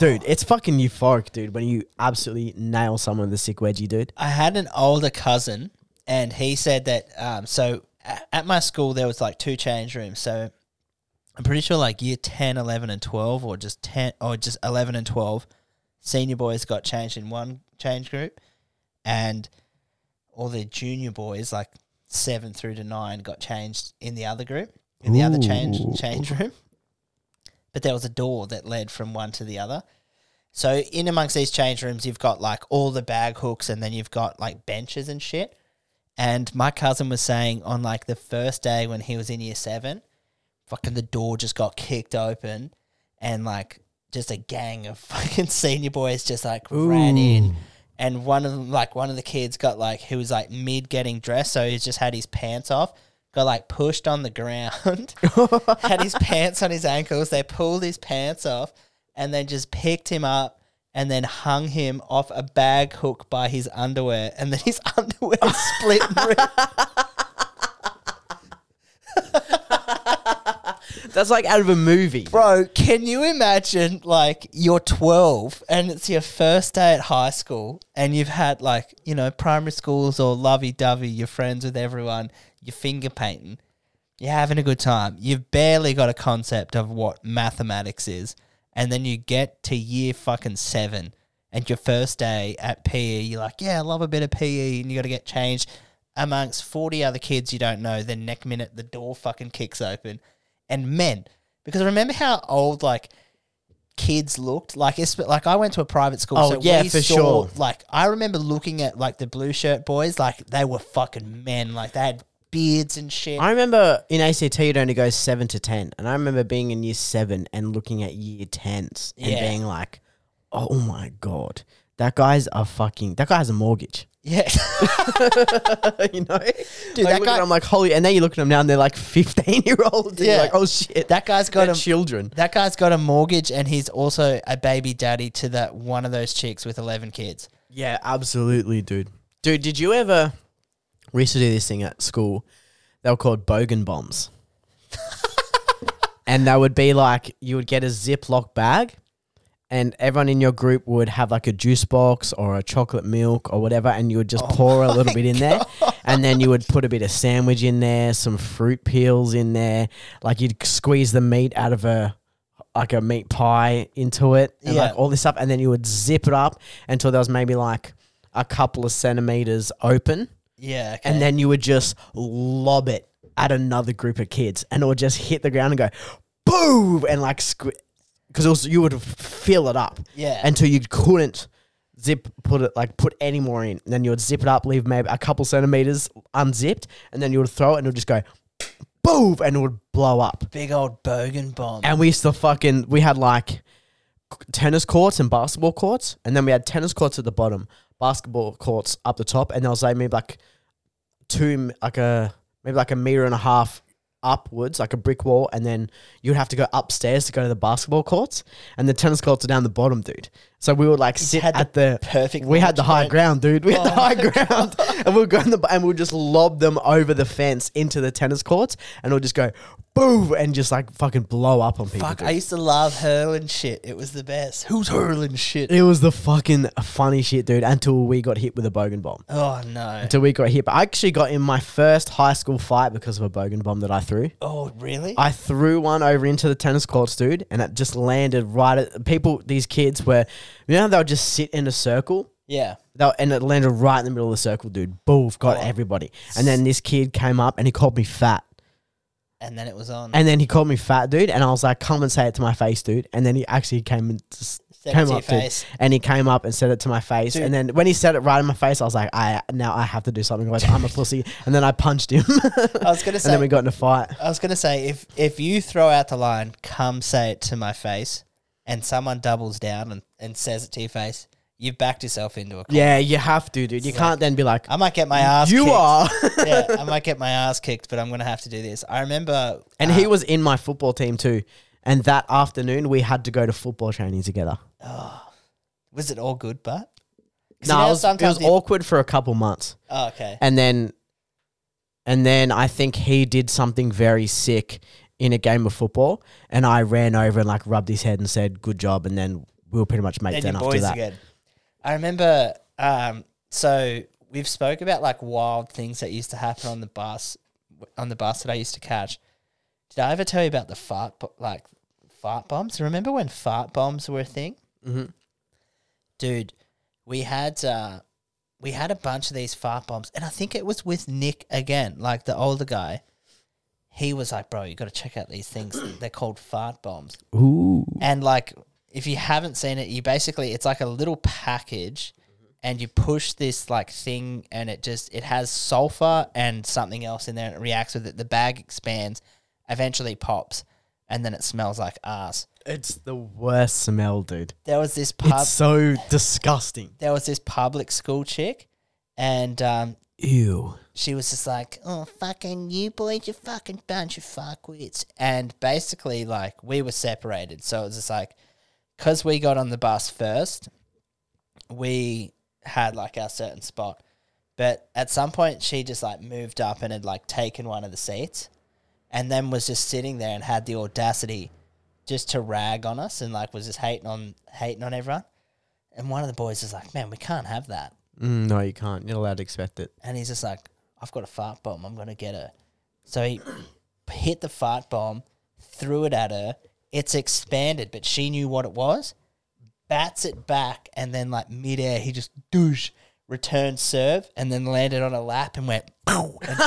Dude, it's fucking euphoric, dude, when you absolutely nail someone with a sick wedgie, dude.
I had an older cousin, and he said that. Um, so a- at my school, there was like two change rooms. So I'm pretty sure like year 10, 11, and 12, or just 10, or just 11 and 12, senior boys got changed in one change group, and all the junior boys, like seven through to nine, got changed in the other group, in the other change
Ooh.
change room. But there was a door that led from one to the other. So in amongst these change rooms, you've got like all the bag hooks, and then you've got like benches and shit. And my cousin was saying on like the first day when he was in year seven, fucking the door just got kicked open, and like just a gang of fucking senior boys just like ran in. And one of them, like one of the kids, got like who was like mid getting dressed, so he's just had his pants off. Got like pushed on the ground, had his pants on his ankles. They pulled his pants off, and then just picked him up and then hung him off a bag hook by his underwear, and then his underwear split. and ripped.
That's like out of a movie.
Bro, can you imagine like you're 12 and it's your first day at high school and you've had like, you know, primary schools or lovey dovey, you're friends with everyone, you're finger painting, you're having a good time, you've barely got a concept of what mathematics is. And then you get to year fucking seven and your first day at PE, you're like, yeah, I love a bit of PE and you got to get changed amongst 40 other kids you don't know. Then next minute, the door fucking kicks open and men. Because I remember how old like kids looked. Like it's like I went to a private school.
Oh,
so
yeah,
we
for
saw,
sure.
Like I remember looking at like the blue shirt boys. Like they were fucking men. Like they had beards and shit.
I remember in ACT you'd only go seven to ten, and I remember being in year seven and looking at year tens and
Yeah.
being like, "Oh my god, that guy's a fucking that guy has a mortgage."
yeah,
you know,
Dude,
dude.
that
Like, that
guy-
I'm like, holy, and then you look at them now, and they're like 15 year olds. Yeah,
Yeah.
like, oh shit,
that guy's got
got
a
children.
that guy's got a mortgage and he's also a baby daddy to that one of those chicks with eleven kids.
Yeah, absolutely, dude. Dude, did you ever? We used to do this thing at school. They were called bogan bombs, and they would be like you would get a Ziploc bag, and everyone in your group would have like a juice box or a chocolate milk or whatever, and you would just pour a little bit in there, and then you would put a bit of sandwich in there, some fruit peels in there, like you'd squeeze the meat out of a like a meat pie into it, and
Yeah.
like all this stuff, and then you would zip it up until there was maybe like a couple of centimeters open,
Yeah, okay.
and then you would just lob it at another group of kids, and it would just hit the ground and go boom, and like squ- because also you would fill it up,
Yeah.
until you couldn't zip put it like put any more in. And then you would zip it up, leave maybe a couple centimeters unzipped, and then you would throw it, and it would just go boom, and it would blow up.
big old bogan bomb.
And we used to fucking we had like tennis courts and basketball courts, and then we had tennis courts at the bottom, basketball courts up the top, and there was like maybe like two like a maybe like a meter and a half upwards, like a brick wall, and then you'd have to go upstairs to go to the basketball courts, and the tennis courts are down the bottom, dude. So we would like sit
had the
at the,
perfect
We had the
launch
high
point.
ground, dude. We had the
Oh.
high ground, and we'd go in the b- and we'd just lob them over the fence into the tennis courts, and it'll just go boom and just like fucking blow up on people.
Fuck,
dude.
I used to love hurling shit. It was the best. Who's hurling shit?
It was the fucking funny shit, dude. Until we got hit with a bogan bomb.
Oh no.
Until we got hit, but I actually got in my first high school fight because of a bogan bomb that I threw.
Oh really?
I threw one over into the tennis courts, dude, and it just landed right at people. These kids were, you know, how they'll just sit in a circle.
yeah.
They'll, and it landed right in the middle of the circle, dude. Boof,
Oh.
got everybody. And then this kid came up and he called me fat.
And then it was on.
And then he called me fat, dude. And I was like, come and say it to my face, dude. And then he actually came and just
Said it
came
to
up,
your
dude.
face.
And he came up and said it to my face.
Dude.
And then when he said it right in my face, I was like, I now I have to do something. Otherwise, I'm a pussy. And then I punched him.
I was gonna
and
say.
then we got in a fight.
I was gonna say if if you throw out the line, come say it to my face, and someone doubles down and, and says it to your face, you've backed yourself into a. corner.
Yeah, you have to, dude. You can't then be like,
I might get my ass.
you
kicked.
are.
yeah, I might get my ass kicked, but I'm gonna have to do this. I remember.
and he was in my football team too. And that afternoon, we had to go to football training together.
Was it all good, but? 'Cause you
No,
know
it was, it
sometimes
was
you-
awkward for a couple months.
Oh, okay.
and then and then I think he did something very sick in a game of football, and I ran over and like rubbed his head and said, "Good job," and then we were pretty much mates
Then
then
your
after
boys
that.
again. I remember. Um, so we've spoke about like wild things that used to happen on the bus, on the bus that I used to catch. Did I ever tell you about the fart bo- like fart bombs? Remember when fart bombs were a thing?
Mhm.
Dude, we had uh, we had a bunch of these fart bombs, and I think it was with Nick again, like the older guy. He was like, "Bro, you got to check out these things. They're called fart bombs."
Ooh,
and like if you haven't seen it you basically it's like a little package and you push this like thing and it just it has sulfur and something else in there and it reacts with it the bag expands eventually pops and then it smells like ass
it's the worst smell, dude.
there was this
It's
pub
so disgusting.
there was this public school chick and um,
Ew.
she was just like, "Oh fucking you boys, you fucking bunch of fuckwits," and basically like we were separated, so it was just like, because we got on the bus first, we had like our certain spot, but at some point she just like moved up and had like taken one of the seats, and then was just sitting there and had the audacity just to rag on us and like was just hating on hating on everyone. And one of the boys is like, "Man, we can't have that."
Mm, no, you can't. You're not allowed to expect it.
And he's just like, "I've got a fart bomb. I'm gonna get her." So he hit the fart bomb, threw it at her. It's expanded, but she knew what it was. Bats it back, and then like midair, he just douche return serve, and then landed on a lap and went "Pow," and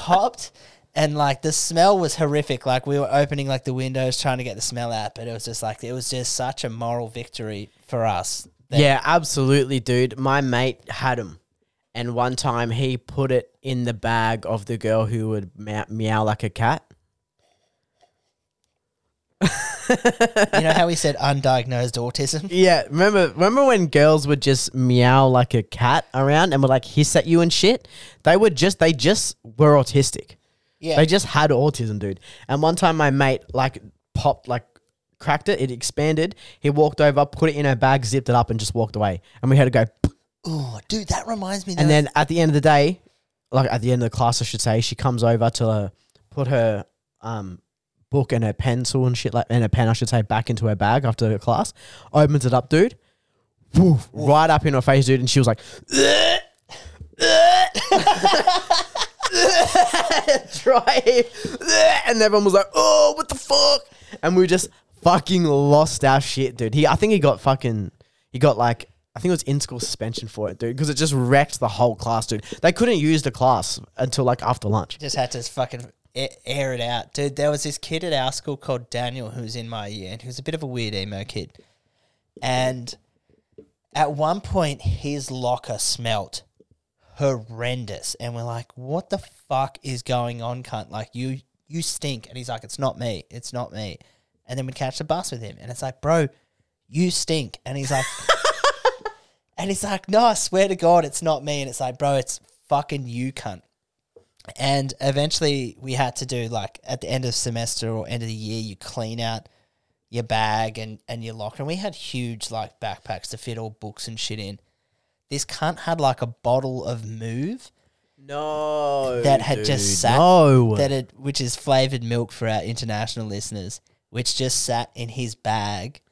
popped. And like the smell was horrific. Like we were opening like the windows trying to get the smell out, but it was just like it was just such a moral victory for us. that-
Yeah, absolutely, dude. My mate had him. And one time he put it in the bag of the girl who would meow, meow like a cat.
You know how we said undiagnosed autism?
Yeah, remember remember when girls would just meow like a cat around and would like hiss at you and shit? They would just they just were autistic.
Yeah.
They just had autism, dude. And one time my mate like popped like cracked it, it expanded. He walked over, put it in her bag, zipped it up and just walked away. And we had to go
Oh, dude, that reminds me.
and then at the end of the day, like at the end of the class I should say, she comes over to uh, put her um book and her pencil and shit like and her pen I should say back into her bag after the class, opens it up, dude. Woof, right up in her face, dude, and she was like, try, and everyone was like, "Oh, what the fuck?" And we just fucking lost our shit, dude. He, I think he got fucking, he got like, I think it was in school suspension for it, dude, because it just wrecked the whole class, dude. They couldn't use the class until like after lunch.
just had to fucking a- air it out. Dude, there was this kid at our school called Daniel who was in my year, and he was a bit of a weird emo kid. And at one point, his locker smelt horrendous, and we're like, "What the fuck is going on, cunt? Like you, you stink." And he's like, "It's not me. It's not me." And then we'd catch the bus with him, and it's like, "Bro, you stink." And he's like. And he's like, no, I swear to God, it's not me. And it's like, bro, it's fucking you, cunt. And eventually we had to do like at the end of semester or end of the year, you clean out your bag and, and your locker. And we had huge like backpacks to fit all books and shit in. This cunt had like a bottle of move
No,
that had just sat
No,
that had, which is flavored milk for our international listeners, which just sat in his bag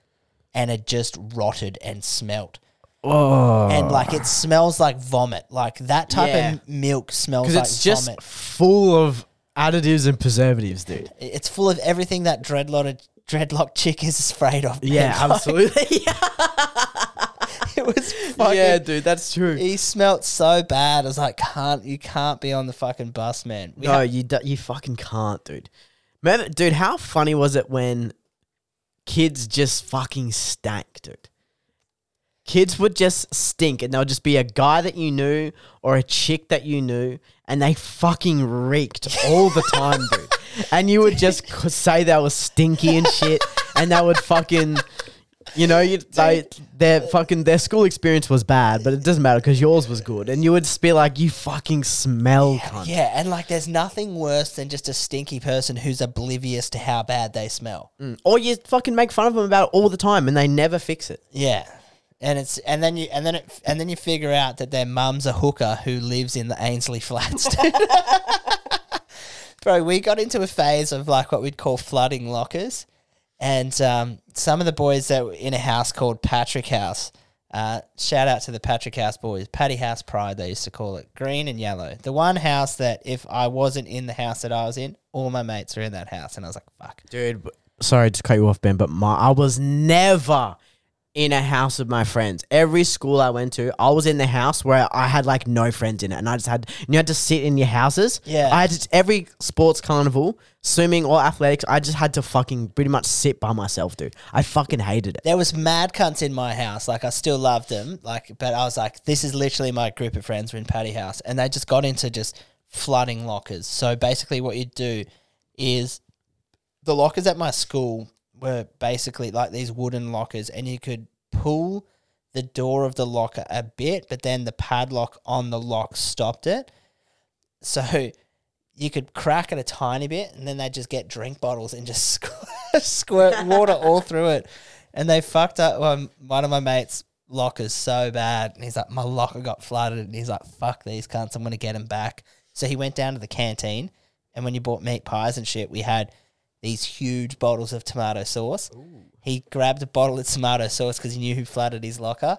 and had just rotted and smelt.
oh,
And like it smells like vomit. Like that type
Yeah.
of m- milk smells
because
like
it's just
vomit.
full of additives and preservatives, dude.
It's full of everything that dreadlocked dreadlock chick is afraid of. man.
Yeah,
Like,
absolutely.
it was fucking.
yeah, dude, that's true.
He smelt so bad. I was like, can't you can't be on the fucking bus, man. We
no,
had-
you do, you fucking can't, dude. Remember, dude, how funny was it when kids just fucking stank, dude? Kids would just stink, and they'll just be a guy that you knew or a chick that you knew, and they fucking reeked all the time, dude. And you would just c- say they were stinky and shit, and they would fucking, you know, you'd, they their fucking their school experience was bad, but it doesn't matter because yours was good, and you would just be like, you fucking smell, cunt.
yeah, and like, there's nothing worse than just a stinky person who's oblivious to how bad they smell.
Or you fucking make fun of them about it all the time and they never fix it.
Yeah, and it's and then you and then it and then you figure out that their mum's a hooker who lives in the Ainsley Flats. Bro, we got into a phase of like what we'd call flooding lockers, and um, some of the boys that were in a house called Patrick House. Uh, shout out to the Patrick House boys, Paddy House Pride they used to call it, green and yellow. The one house that if I wasn't in the house that I was in, all my mates were in that house, and I was like, fuck.
Dude, b- sorry to cut you off, Ben, but my I was never in a house with my friends. Every school I went to, I was in the house where I had like no friends in it. And I just had, you had to sit in your houses.
Yeah.
I had to, every sports carnival, swimming or athletics, I just had to fucking pretty much sit by myself, dude. I fucking hated it.
there was mad cunts in my house. Like I still loved them. Like, but I was like, this is literally my group of friends. We're in Paddy House, and they just got into just flooding lockers. So basically, what you do is the lockers at my school were basically like these wooden lockers, and you could pull the door of the locker a bit, but then the padlock on the lock stopped it. So you could crack it a tiny bit, and then they just get drink bottles and just squ- squirt water all through it. And they fucked up one, one of my mates' lockers so bad. And he's like, My locker got flooded. And he's like, Fuck these cunts. I'm going to get them back. So he went down to the canteen And when you bought meat pies and shit, we had these huge bottles of tomato sauce. He grabbed a bottle of tomato sauce because he knew who flooded his locker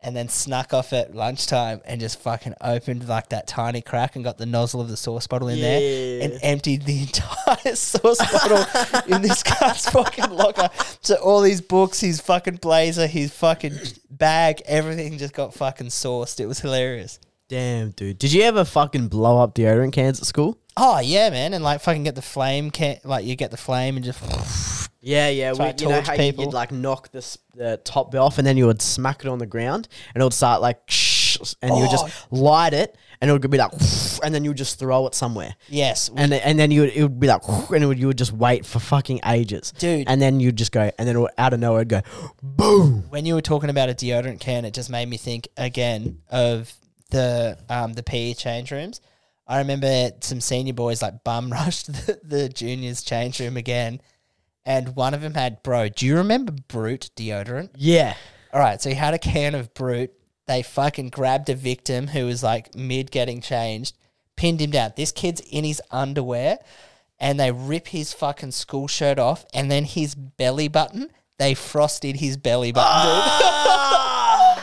and then snuck off at lunchtime and just fucking opened like that tiny crack and got the nozzle of the sauce bottle in there and emptied the entire sauce bottle in this guy's fucking locker. So all his books, his fucking blazer, his fucking bag, everything just got fucking sourced. It was hilarious.
Damn, dude. Did you ever fucking blow up deodorant cans at school?
Oh yeah, man, and like fucking get the flame can like you get the flame and just
Yeah, yeah.
Try
We,
to
you know
torch
how
people.
you'd like knock the, s- the top bit off and then you would smack it on the ground and it would start like and you would just light it and it would be like and then you would just throw it somewhere.
yes,
And, and then you would, it would be like and it would, you would just wait for fucking ages.
Dude.
And then you'd just go and then it would- out of nowhere it'd go boom.
when you were talking about a deodorant can, it just made me think again of the um, the PE change rooms. I remember some senior boys like bum rushed the, the juniors change room again, and one of them had bro. Do you remember Brute deodorant?
Yeah.
All right, so he had a can of Brute. They fucking grabbed a victim who was like mid getting changed, pinned him down. This kid's in his underwear, and they rip his fucking school shirt off, and then his belly button. They frosted his belly button. dude.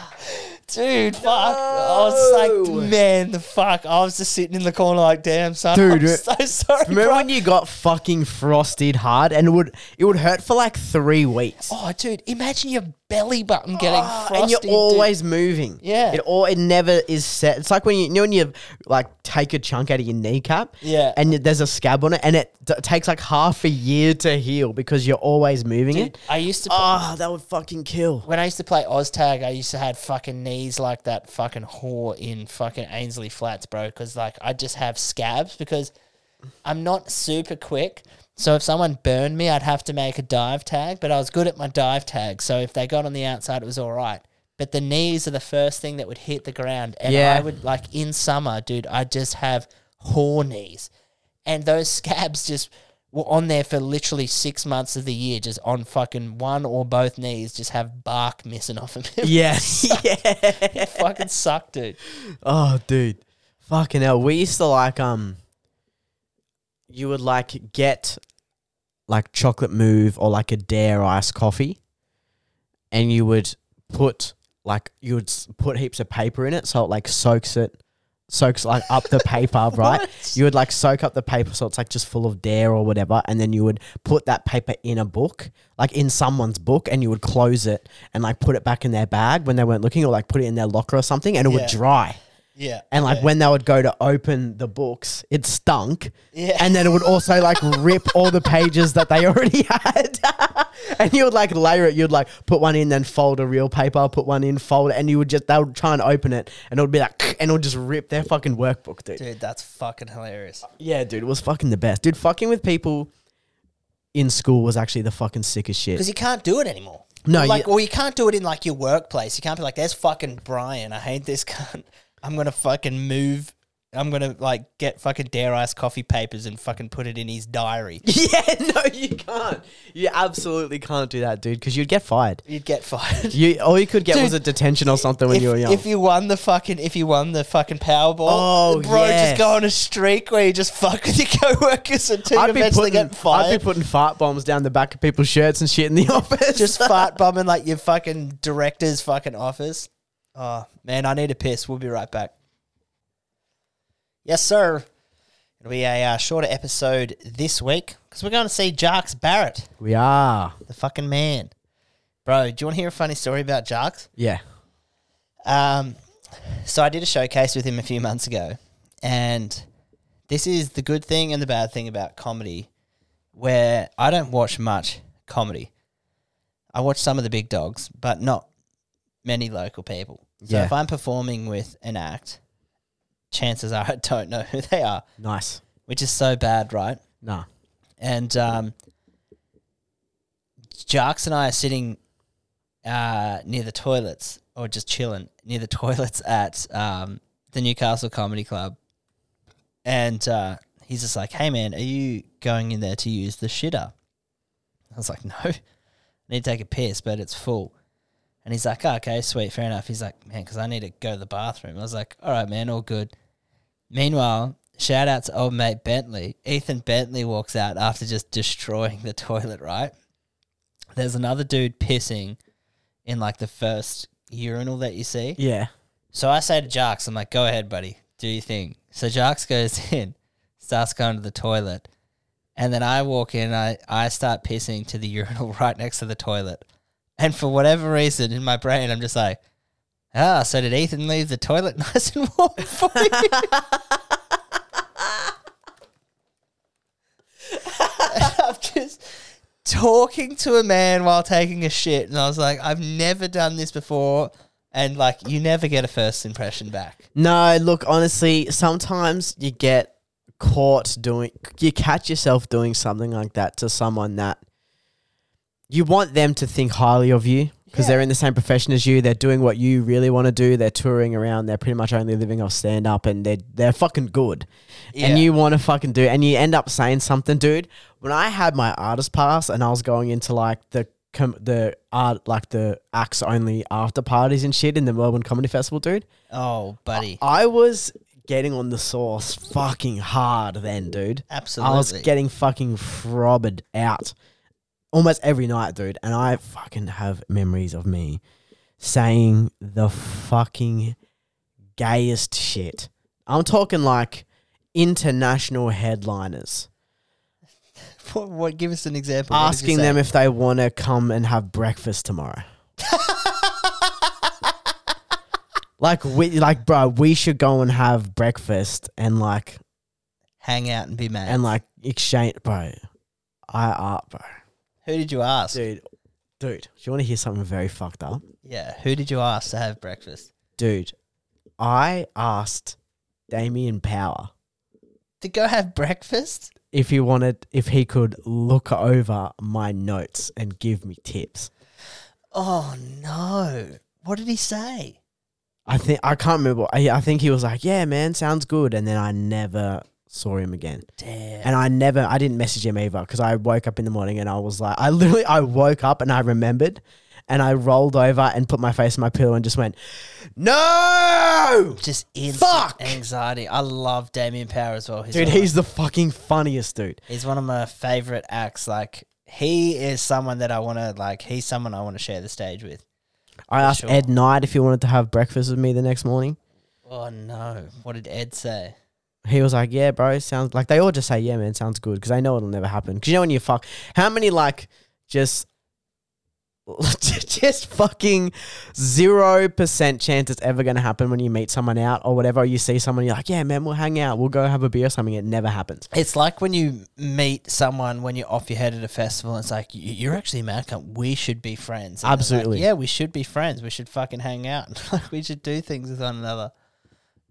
Dude, fuck. I was
Ah! No.
like, man, the fuck. I was just sitting in the corner like, damn, son.
Dude,
I'm so sorry.
Remember
bro.
when you got fucking frosted hard and it would it would hurt for like three weeks?
Oh, dude, imagine your belly button getting
Ah,
frosted.
and you're
dude.
always moving.
Yeah.
it all it never is set. It's like when you, you know when you like take a chunk out of your kneecap.
Yeah.
and you- there's a scab on it, and it d- takes like half a year to heal because you're always moving it.
I used to.
Oh, that would fucking kill.
when I used to play Oztag, I used to had fucking knees like that fucking whore in fucking Ainsley Flats, bro. Because like I just have scabs because I'm not super quick. So if someone burned me, I'd have to make a dive tag. But I was good at my dive tag, so if they got on the outside, it was all right. But the knees are the first thing that would hit the ground, and
Yeah.
I would like in summer, dude. I just have whore knees, and those scabs just were on there for literally six months of the year, just on fucking one or both knees, just have bark missing off of them.
Yeah, yeah.
It fucking sucked, dude.
Oh, dude, fucking hell. We used to like um, you would like get like chocolate move or like a dare ice coffee, and you would put like you would s- put heaps of paper in it so it like soaks it. Soaks like up the paper, right? You would like soak up the paper so it's like just full of dare or whatever, and then you would put that paper in a book, like in someone's book, and you would close it and like put it back in their bag when they weren't looking, or like put it in their locker or something, and it
Yeah.
would dry.
Yeah.
And like when they would go to open the books, it stunk.
Yeah.
And then it would also like rip all the pages that they already had. and you would like layer it. You'd like put one in, then fold a real paper, put one in, fold it. And you would just, they would try and open it and it would be like, and it would just rip their fucking workbook, dude.
Dude, that's fucking hilarious.
Yeah, dude, it was fucking the best. Dude, fucking with people in school was actually the fucking sickest shit.
Because you can't do it anymore.
No,
like,
you-
or you can't do it in like your workplace. You can't be like, "There's fucking Brian. I hate this cunt. I'm gonna fucking move. I'm gonna like get fucking dare ice coffee papers and fucking put it in his diary."
Yeah, no, you can't. You absolutely can't do that, dude, because you'd get fired.
You'd get fired.
You, all you could get was a
Dude,
detention or something when
if,
you were young.
if you won the fucking if you won the fucking Powerball,
Oh,
bro,
yes.
just go on a streak where you just fuck with your coworkers until you eventually get
I'd
fired.
be putting fart bombs down the back of people's shirts and shit in the office.
just fart bombing like your fucking director's fucking office. Oh man, I need a piss. We'll be right back. Yes, sir. It'll be a uh, shorter episode this week because we're going to see Jarks Barrett,
we are.
the fucking man. Bro, do you want to hear a funny story about Jarks?
Yeah.
Um, so I did a showcase with him a few months ago, and this is the good thing and the bad thing about comedy, where I don't watch much comedy. I watch some of the big dogs, but not many local people. So
Yeah.
if I'm performing with an act, chances are I don't know who they are,
Nice.
which is so bad, right?
Nah.
and um, Jarks and I are sitting uh, near the toilets, or just chilling near the toilets at um, the Newcastle Comedy Club, and uh, he's just like, "Hey man, are you going in there to use the shitter?" I was like, "No, I need to take a piss, but it's full." And he's like, oh, "Okay, sweet, fair enough." He's like, "Man, because I need to go to the bathroom." I was like, "All right, man, all good." Meanwhile, Shout out to old mate Bentley. Ethan Bentley walks out after just destroying the toilet, right? There's another dude pissing in like the first urinal that you see.
Yeah.
So I say to Jarks, I'm like, go ahead, buddy, do your thing. So Jarks goes in, starts going to the toilet. And then I walk in, I, I start pissing to the urinal right next to the toilet. And for whatever reason, in my brain, I'm just like, ah, so did Ethan leave the toilet nice and warm for you? I'm just talking to a man while taking a shit. And I was like, I've never done this before. And like, you never get a first impression back.
No, look, honestly, sometimes you get caught doing, you catch yourself doing something like that to someone that you want them to think highly of you because they're in the same profession as you. They're doing what you really want to do. They're touring around. They're pretty much only living off stand up and they're, they're fucking good.
Yeah.
And you want to fucking do, and you end up saying something, dude. When I had my artist pass and I was going into like the, com- the art, like the acts only after parties and shit in the Melbourne Comedy Festival, dude.
Oh, buddy.
I was getting on the sauce fucking hard then, dude.
Absolutely.
I was getting fucking frobbed out almost every night, dude. And I fucking have memories of me saying the fucking gayest shit. I'm talking like international headliners
What, what? Give us an example. What did you
asking them
say?
if they want to come and have breakfast tomorrow. like we like bro, we should go and have breakfast and like
hang out and be mad.
and like exchange bro. I uh bro.
who did you ask?
Dude, dude, do you want to hear something very fucked up?
Yeah, who did you ask to have breakfast?
Dude, I asked Damien Power
To go have breakfast?
if he wanted if he could look over my notes and give me tips.
Oh no! What did he say?
I think I can't remember. I, I think he was like, "Yeah, man, sounds good," and then I never saw him again.
Damn.
And I never, I didn't message him either because I woke up in the morning and I was like, I literally, I woke up and I remembered, and I rolled over and put my face in my pillow and just went, "No,
Just instant
Fuck!
anxiety. I love Damien Power as well. He's
dude,
one of
he's the fucking funniest dude."
my- he's one of my favorite acts. Like he is someone that I want to like. He's someone I want to share the stage with.
I asked
sure.
Ed Knight if he wanted to have breakfast with me the next morning.
Oh no! What did Ed say?
He was like, "Yeah, bro, sounds like they all just say, yeah, man, sounds good,' because they know it'll never happen. Because you know when you fuck, how many like just just fucking zero percent chance it's ever gonna happen when you meet someone out or whatever. Or you see someone, you're like, yeah, man, we'll hang out, we'll go have a beer or something. It never happens.
It's like when you meet someone when you're off your head at a festival. And it's like "You- you're actually a man. cunt. We should be friends. And it's like,
Absolutely.
yeah, we should be friends. We should fucking hang out. Like we should do things with one another.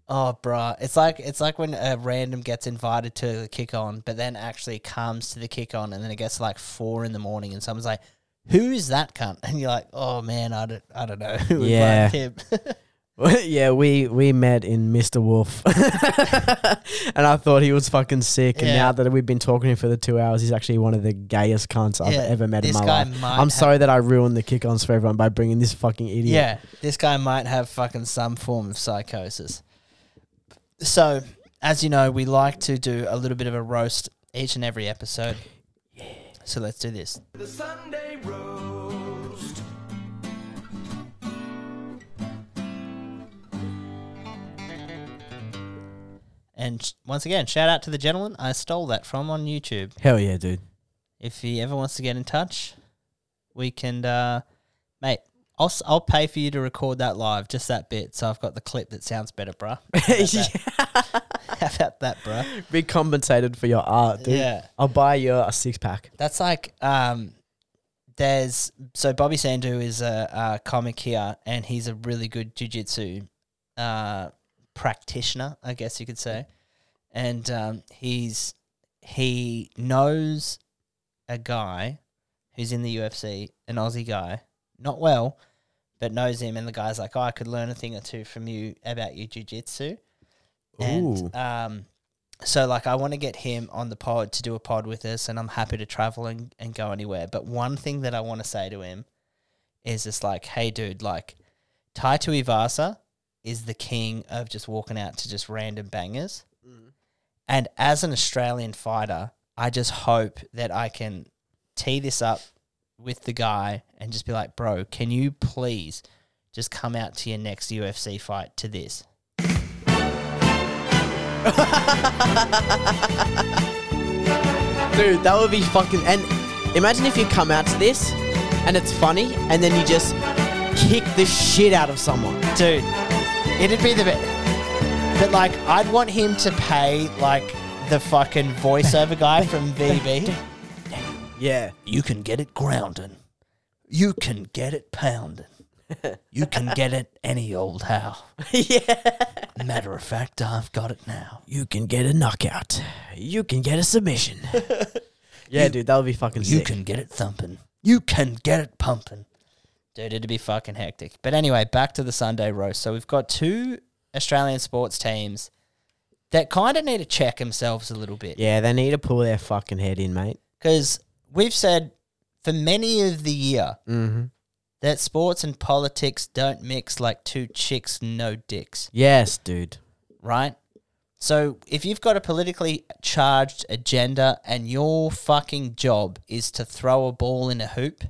Oh, bruh. It's like it's like when a random gets invited to the kick on, but then actually comes to the kick on, and then it gets like four in the morning, and someone's like, "Who's that cunt?" And you're like, "Oh man, I don't, I don't know." It was
Yeah.
like him.
yeah, we we met in Mr. Wolf, and I thought he was fucking sick. And
Yeah.
now that we've been talking to him for the two hours, he's actually one of the gayest cunts I've
Yeah,
ever met in
this
my
guy
life.
might
I'm
have-
sorry that I ruined the kick-ons for everyone by bringing this fucking idiot.
Yeah, this guy might have fucking some form of psychosis. So, as you know, we like to do a little bit of a roast each and every episode. So let's do this.
The Sunday roast.
And sh- once again, shout out to the gentleman I stole that from on YouTube.
Hell yeah, dude.
If he ever wants to get in touch, we can, uh, mate. I'll, s- I'll pay for you to record that live, just that bit. So I've got the clip that sounds better, bruh. How about that? How about that, bruh?
Be compensated for your art, dude.
Yeah.
I'll buy you a six pack.
That's like um, there's so Bobby Sandu is a, a comic here, and he's a really good jujitsu uh, practitioner, I guess you could say, and um, he's he knows a guy who's in the UFC, an Aussie guy, not well, but knows him, and the guy's like, oh, I could learn a thing or two from you about your jujitsu,
Ooh.
and um, so like I want to get him on the pod to do a pod with us, and I'm happy to travel and, and go anywhere. But one thing that I want to say to him is just like, hey, dude, like Taito Ivasa is the king of just walking out to just random bangers, And as an Australian fighter, I just hope that I can tee this up with the guy and just be like, bro, can you please just come out to your next UFC fight to this?
Dude, that would be fucking. And imagine if you come out to this and it's funny and then you just kick the shit out of someone.
Dude, it'd be the best. But like, I'd want him to pay like the fucking voiceover guy from VB.
Yeah.
You can get it grounding. You can get it pounding. You can get it any old how.
yeah.
Matter of fact, I've got it now.
You can get a knockout. You can get a submission. yeah, dude, that would be fucking
You
sick.
can get it thumping. You can get it pumping. Dude, it'd be fucking hectic. But anyway, back to the Sunday roast. So we've got two Australian sports teams that kind of need to check themselves a little bit.
yeah, they need to pull their fucking head in, mate.
because we've said for many of the year that sports and politics don't mix like two chicks no dicks
Yes, dude.
right so if you've got a politically charged agenda and your fucking job is to throw a ball in a hoop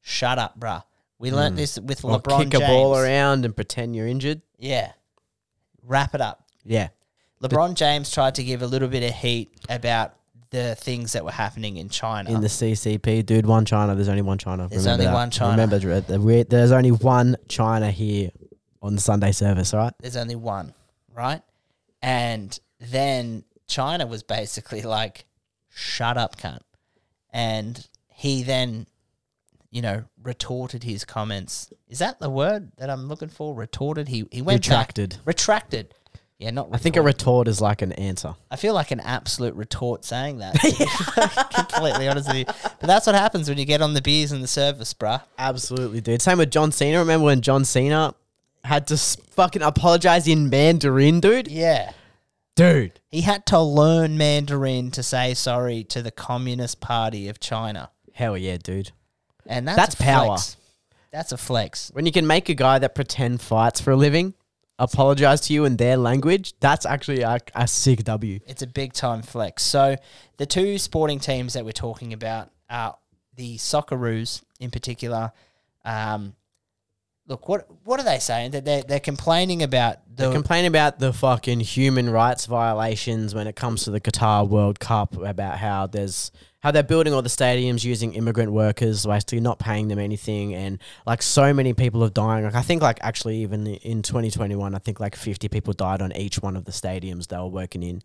shut up bruh we learnt this with
Hmm. Or
lebron
kick a ball
James.
around and pretend you're injured.
yeah wrap it up
Yeah.
lebron james tried to give a little bit of heat about the things that were happening in china
In the CCP, dude, one China. There's only one China.
There's
Remember
only
that.
one China.
Remember, dr- the re- there's only one China here on the Sunday service, all right?
there's only one, right? And then China was basically like, shut up, cunt. And he then, you know, retorted his comments. Is that the word that I'm looking for? Retorted? He, he went back-
Retracted.
retracted. Yeah, not
I think a retort is like an answer.
I feel like an absolute retort saying that. to be completely honest with you. But that's what happens when you get on the beers and the service, bruh.
Absolutely, dude. Same with John Cena. Remember when John Cena had to s- fucking apologize in Mandarin, dude?
Yeah.
Dude.
He had to learn Mandarin to say sorry to the Communist Party of China.
Hell yeah, dude.
And that's,
That's
a
power.
Flex. That's a flex.
When you can make a guy that pretend fights for a living apologize to you in their language, that's actually a, a sick W.
It's a big time flex. So the two sporting teams that we're talking about are the Socceroos in particular. Um, look, what what are they saying? That they're, they're complaining about the
complain about the fucking human rights violations when it comes to the Qatar World Cup about how there's how they're building all the stadiums using immigrant workers, basically not paying them anything, and like so many people are dying. Like I think like actually even in 2021, I think like 50 people died on each one of the stadiums they were working in,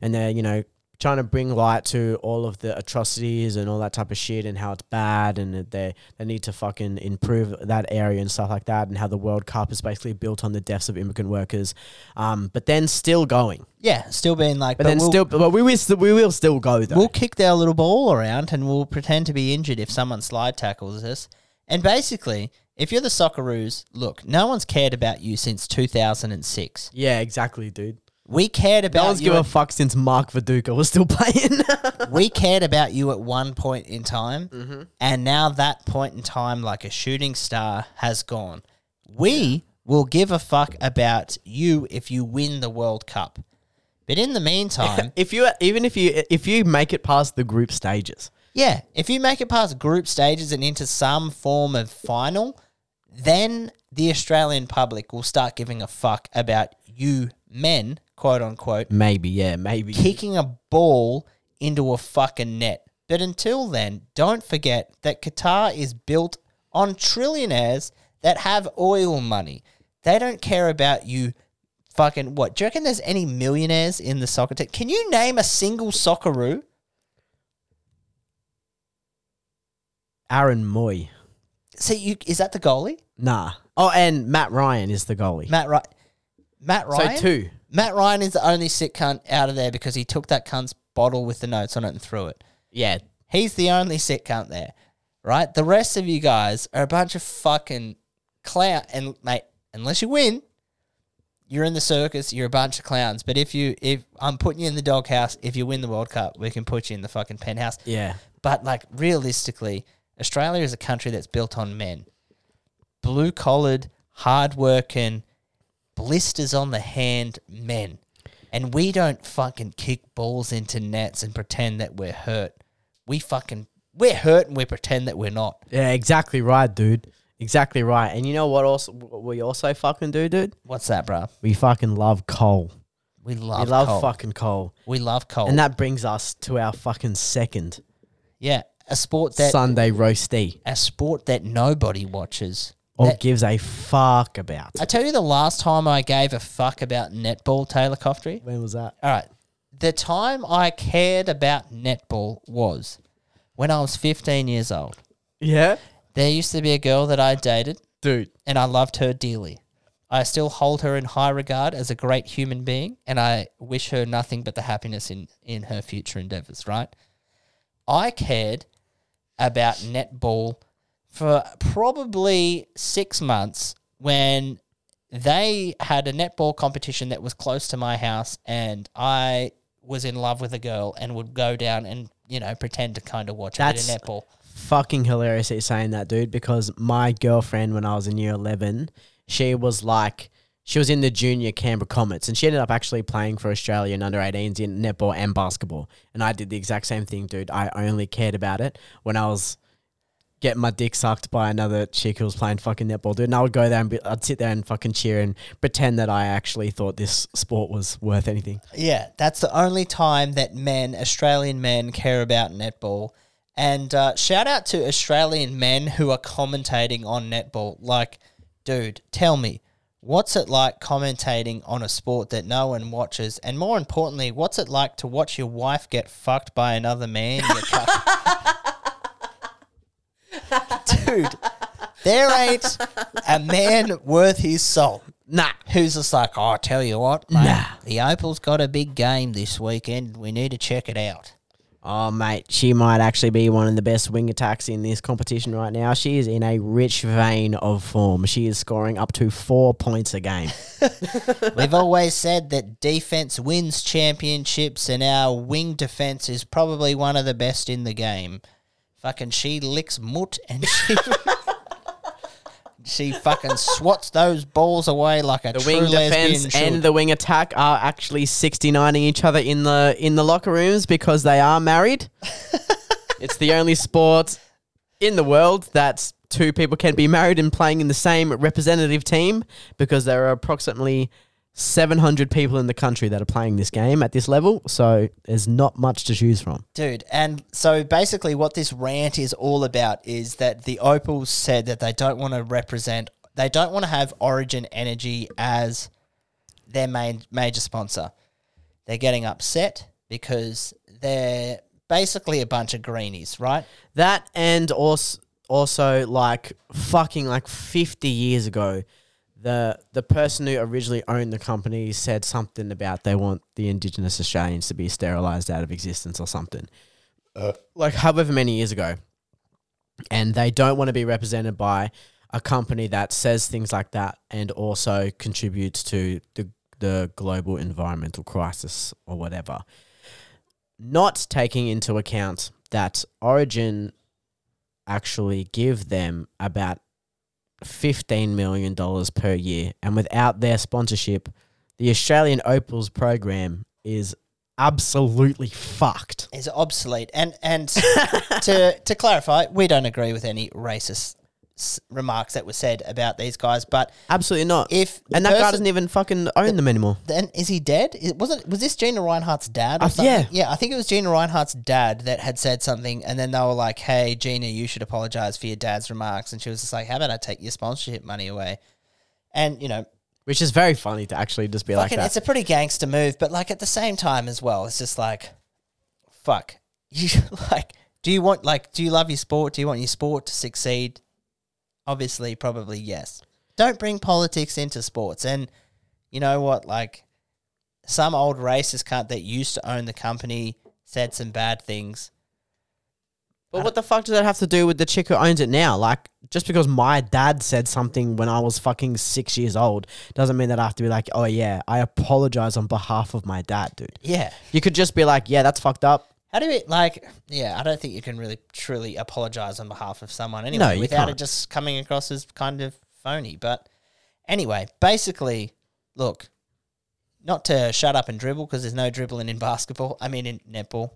and they're you know trying to bring light to all of the atrocities and all that type of shit and how it's bad and that they they need to fucking improve that area and stuff like that and how the World Cup is basically built on the deaths of immigrant workers, um, but then still going,
yeah, still being like,
but,
but,
then
we'll,
still, but we will still, we will still go though.
we'll kick their little ball around and we'll pretend to be injured if someone slide tackles us. And basically, if you're the Socceroos, look, no one's cared about you since 2006.
yeah, exactly, dude.
We cared
No
about
one's
you
give a fuck since Mark Viduka was still playing.
we cared about you at one point in time, and now that point in time, like a shooting star, has gone. We will give a fuck about you if you win the World Cup. But in the meantime,
if you even if you if you make it past the group stages,
yeah, if you make it past group stages and into some form of final, then the Australian public will start giving a fuck about you men, quote unquote,
maybe yeah, maybe
kicking a ball into a fucking net. But until then, don't forget that Qatar is built on trillionaires that have oil money. They don't care about you fucking what? Do you reckon there's any millionaires in the soccer team? Can you name a single socceroo?
Aaron Moy.
See you is that the goalie?
Nah. Oh, and Matt Ryan is the goalie.
Matt Ryan. Matt Ryan.
So two.
Matt Ryan is the only sick cunt out of there because he took that cunt's bottle with the notes on it and threw it.
Yeah.
He's the only sick cunt there, right? The rest of you guys are a bunch of fucking clown. And mate, unless you win, you're in the circus. You're a bunch of clowns. But if you, if I'm putting you in the doghouse, if you win the World Cup, we can put you in the fucking penthouse.
Yeah.
But like realistically, Australia is a country that's built on men, blue collared, hard working, blisters on the hand men. And we don't fucking kick balls into nets and pretend that we're hurt. We fucking we're hurt and we pretend that we're not.
Yeah, exactly right, dude. Exactly right. And you know what? Also, what we also fucking do, dude.
What's that, bruh?
We fucking love coal.
We love
we love
coal.
fucking coal.
we love coal.
And that brings us to our fucking second
yeah, a sport that
Sunday roasty,
a sport that nobody watches.
or
That-
gives a fuck about.
I tell you, the last time I gave a fuck about netball, Taylor Coftry.
When was that?
All right. The time I cared about netball was when I was 15 years old.
Yeah,
There used to be a girl that I dated,
dude.
and I loved her dearly. I still hold her in high regard as a great human being, and I wish her nothing but the happiness in, in her future endeavors, right? I cared about netball for probably six months when they had a netball competition that was close to my house, and I was in love with a girl and would go down and, you know, pretend to kind of watch a
That's-
bit of netball.
Fucking hilarious that you're saying that, dude. Because my girlfriend, when I was in year eleven, she was like, she was in the junior Canberra Comets, and she ended up actually playing for Australia in under 18s in netball and basketball. And I did the exact same thing, dude. I only cared about it when I was getting my dick sucked by another chick who was playing fucking netball, dude. And I would go there and be, I'd sit there and fucking cheer and pretend that I actually thought this sport was worth anything.
Yeah, that's the only time that men, Australian men, care about netball. And uh, shout out to Australian men who are commentating on netball. Like, dude, tell me, what's it like commentating on a sport that no one watches? And more importantly, what's it like to watch your wife get fucked by another man? You cuck? dude, there ain't a man worth his salt
Nah.
who's just like, oh, I tell you what, mate, the Opal's got a big game this weekend. We need to check it out.
Oh, mate, she might actually be one of the best wing attacks in this competition right now. She is in a rich vein of form. She is scoring up to four points a game.
We've always said that defense wins championships, and our wing defense is probably one of the best in the game. Fucking she licks mutt and she. She fucking swats those balls away like a
The
true
wing
lesbian
defense
should.
and the wing attack are actually 69ing each other in the in the locker rooms because they are married. it's the only sport in the world that two people can be married and playing in the same representative team because there are approximately 700 people in the country that are playing this game at this level, so there's not much to choose from.
Dude, and so basically, what this rant is all about is that the Opals said that they don't want to represent, they don't want to have Origin Energy as their main major sponsor. They're getting upset because they're basically a bunch of greenies, right?
That and also also like fucking like 50 years ago the the person who originally owned the company said something about they want the indigenous Australians to be sterilized out of existence or something. Like however many years ago. And they don't want to be represented by a company that says things like that and also contributes to the the global environmental crisis or whatever not taking into account that Origin actually give them about fifteen million dollars per year, and without their sponsorship, the Australian Opals program is absolutely fucked.
Is obsolete. And and to to clarify, we don't agree with any racist s- remarks that were said about these guys. But
Absolutely not.
if the
and that guy
person-
doesn't even fucking own them anymore.
then is he dead? It wasn't was this Gina Reinhardt's dad? Or
Uh,
something?
yeah.
yeah. I think it was Gina Reinhardt's dad that had said something, and then they were like, "Hey, Gina, you should apologize for your dad's remarks." And she was just like, "How about I take your sponsorship money away?" And you know,
Which is very funny to actually just be like
fucking,
that.
it's a pretty gangster move, but like at the same time as well, it's just like, fuck, you like, do you want like, do you love your sport? Do you want your sport to succeed? Obviously, probably yes. Don't bring politics into sports, and you know what, like, some old racist cunt that used to own the company said some bad things.
But what the fuck does that have to do with the chick who owns it now? Like, just because my dad said something when I was fucking six years old doesn't mean that I have to be like, oh yeah, I apologize on behalf of my dad, dude.
Yeah.
You could just be like, yeah, that's fucked up.
How do we like? Yeah, I don't think you can really truly apologize on behalf of someone anyway,
No, you
without it
can't.
just coming across as kind of phony. But anyway, basically, look, not to shut up and dribble because there's no dribbling in basketball. I mean, in netball.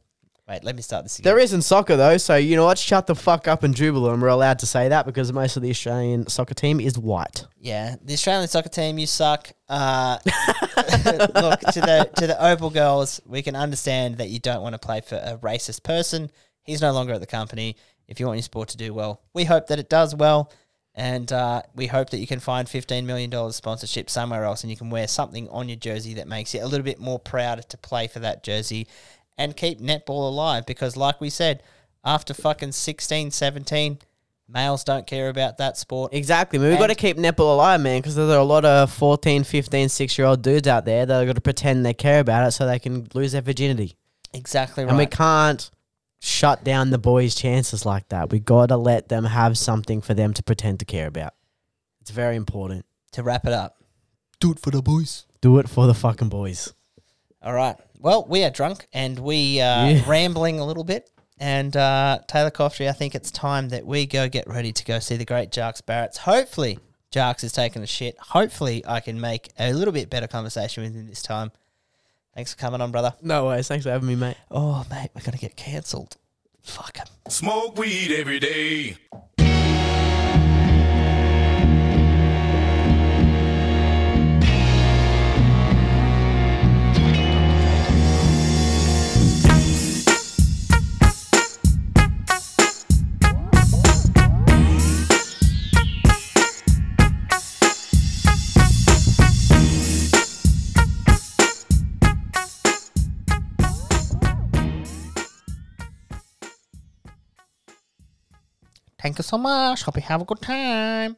Wait, let me start this again.
There is in soccer though, so you know what? Shut the fuck up and dribble, and we're allowed to say that because most of the Australian soccer team is white.
yeah, the Australian soccer team, you suck. Uh, look to the to the Opal girls. We can understand that you don't want to play for a racist person. He's no longer at the company. If you want your sport to do well, we hope that it does well, and uh, we hope that you can find fifteen million dollars sponsorship somewhere else, and you can wear something on your jersey that makes you a little bit more proud to play for that jersey, and keep netball alive. Because, like we said, after fucking 16, 17, males don't care about that sport.
Exactly. I mean, we've got to keep netball alive, man, because there are a lot of 14, 15, 6 year old dudes out there that are going to pretend they care about it so they can lose their virginity.
Exactly right.
And we can't shut down the boys' chances like that. we got to let them have something for them to pretend to care about. It's very important.
to wrap it up.
Do it for the boys. Do it for the fucking boys.
All right. Well, we are drunk and we are
Yeah.
rambling a little bit. And uh, Taylor Coftry, I think it's time that we go get ready to go see the great Jarks Barretts. Hopefully, Jarks is taking a shit. Hopefully, I can make a little bit better conversation with him this time. Thanks for coming on, brother.
No worries. Thanks for having me, mate.
Oh, mate, we're going to get cancelled. Fuck 'em.
Smoke weed every day.
Thank you so much. Hope you have a good time.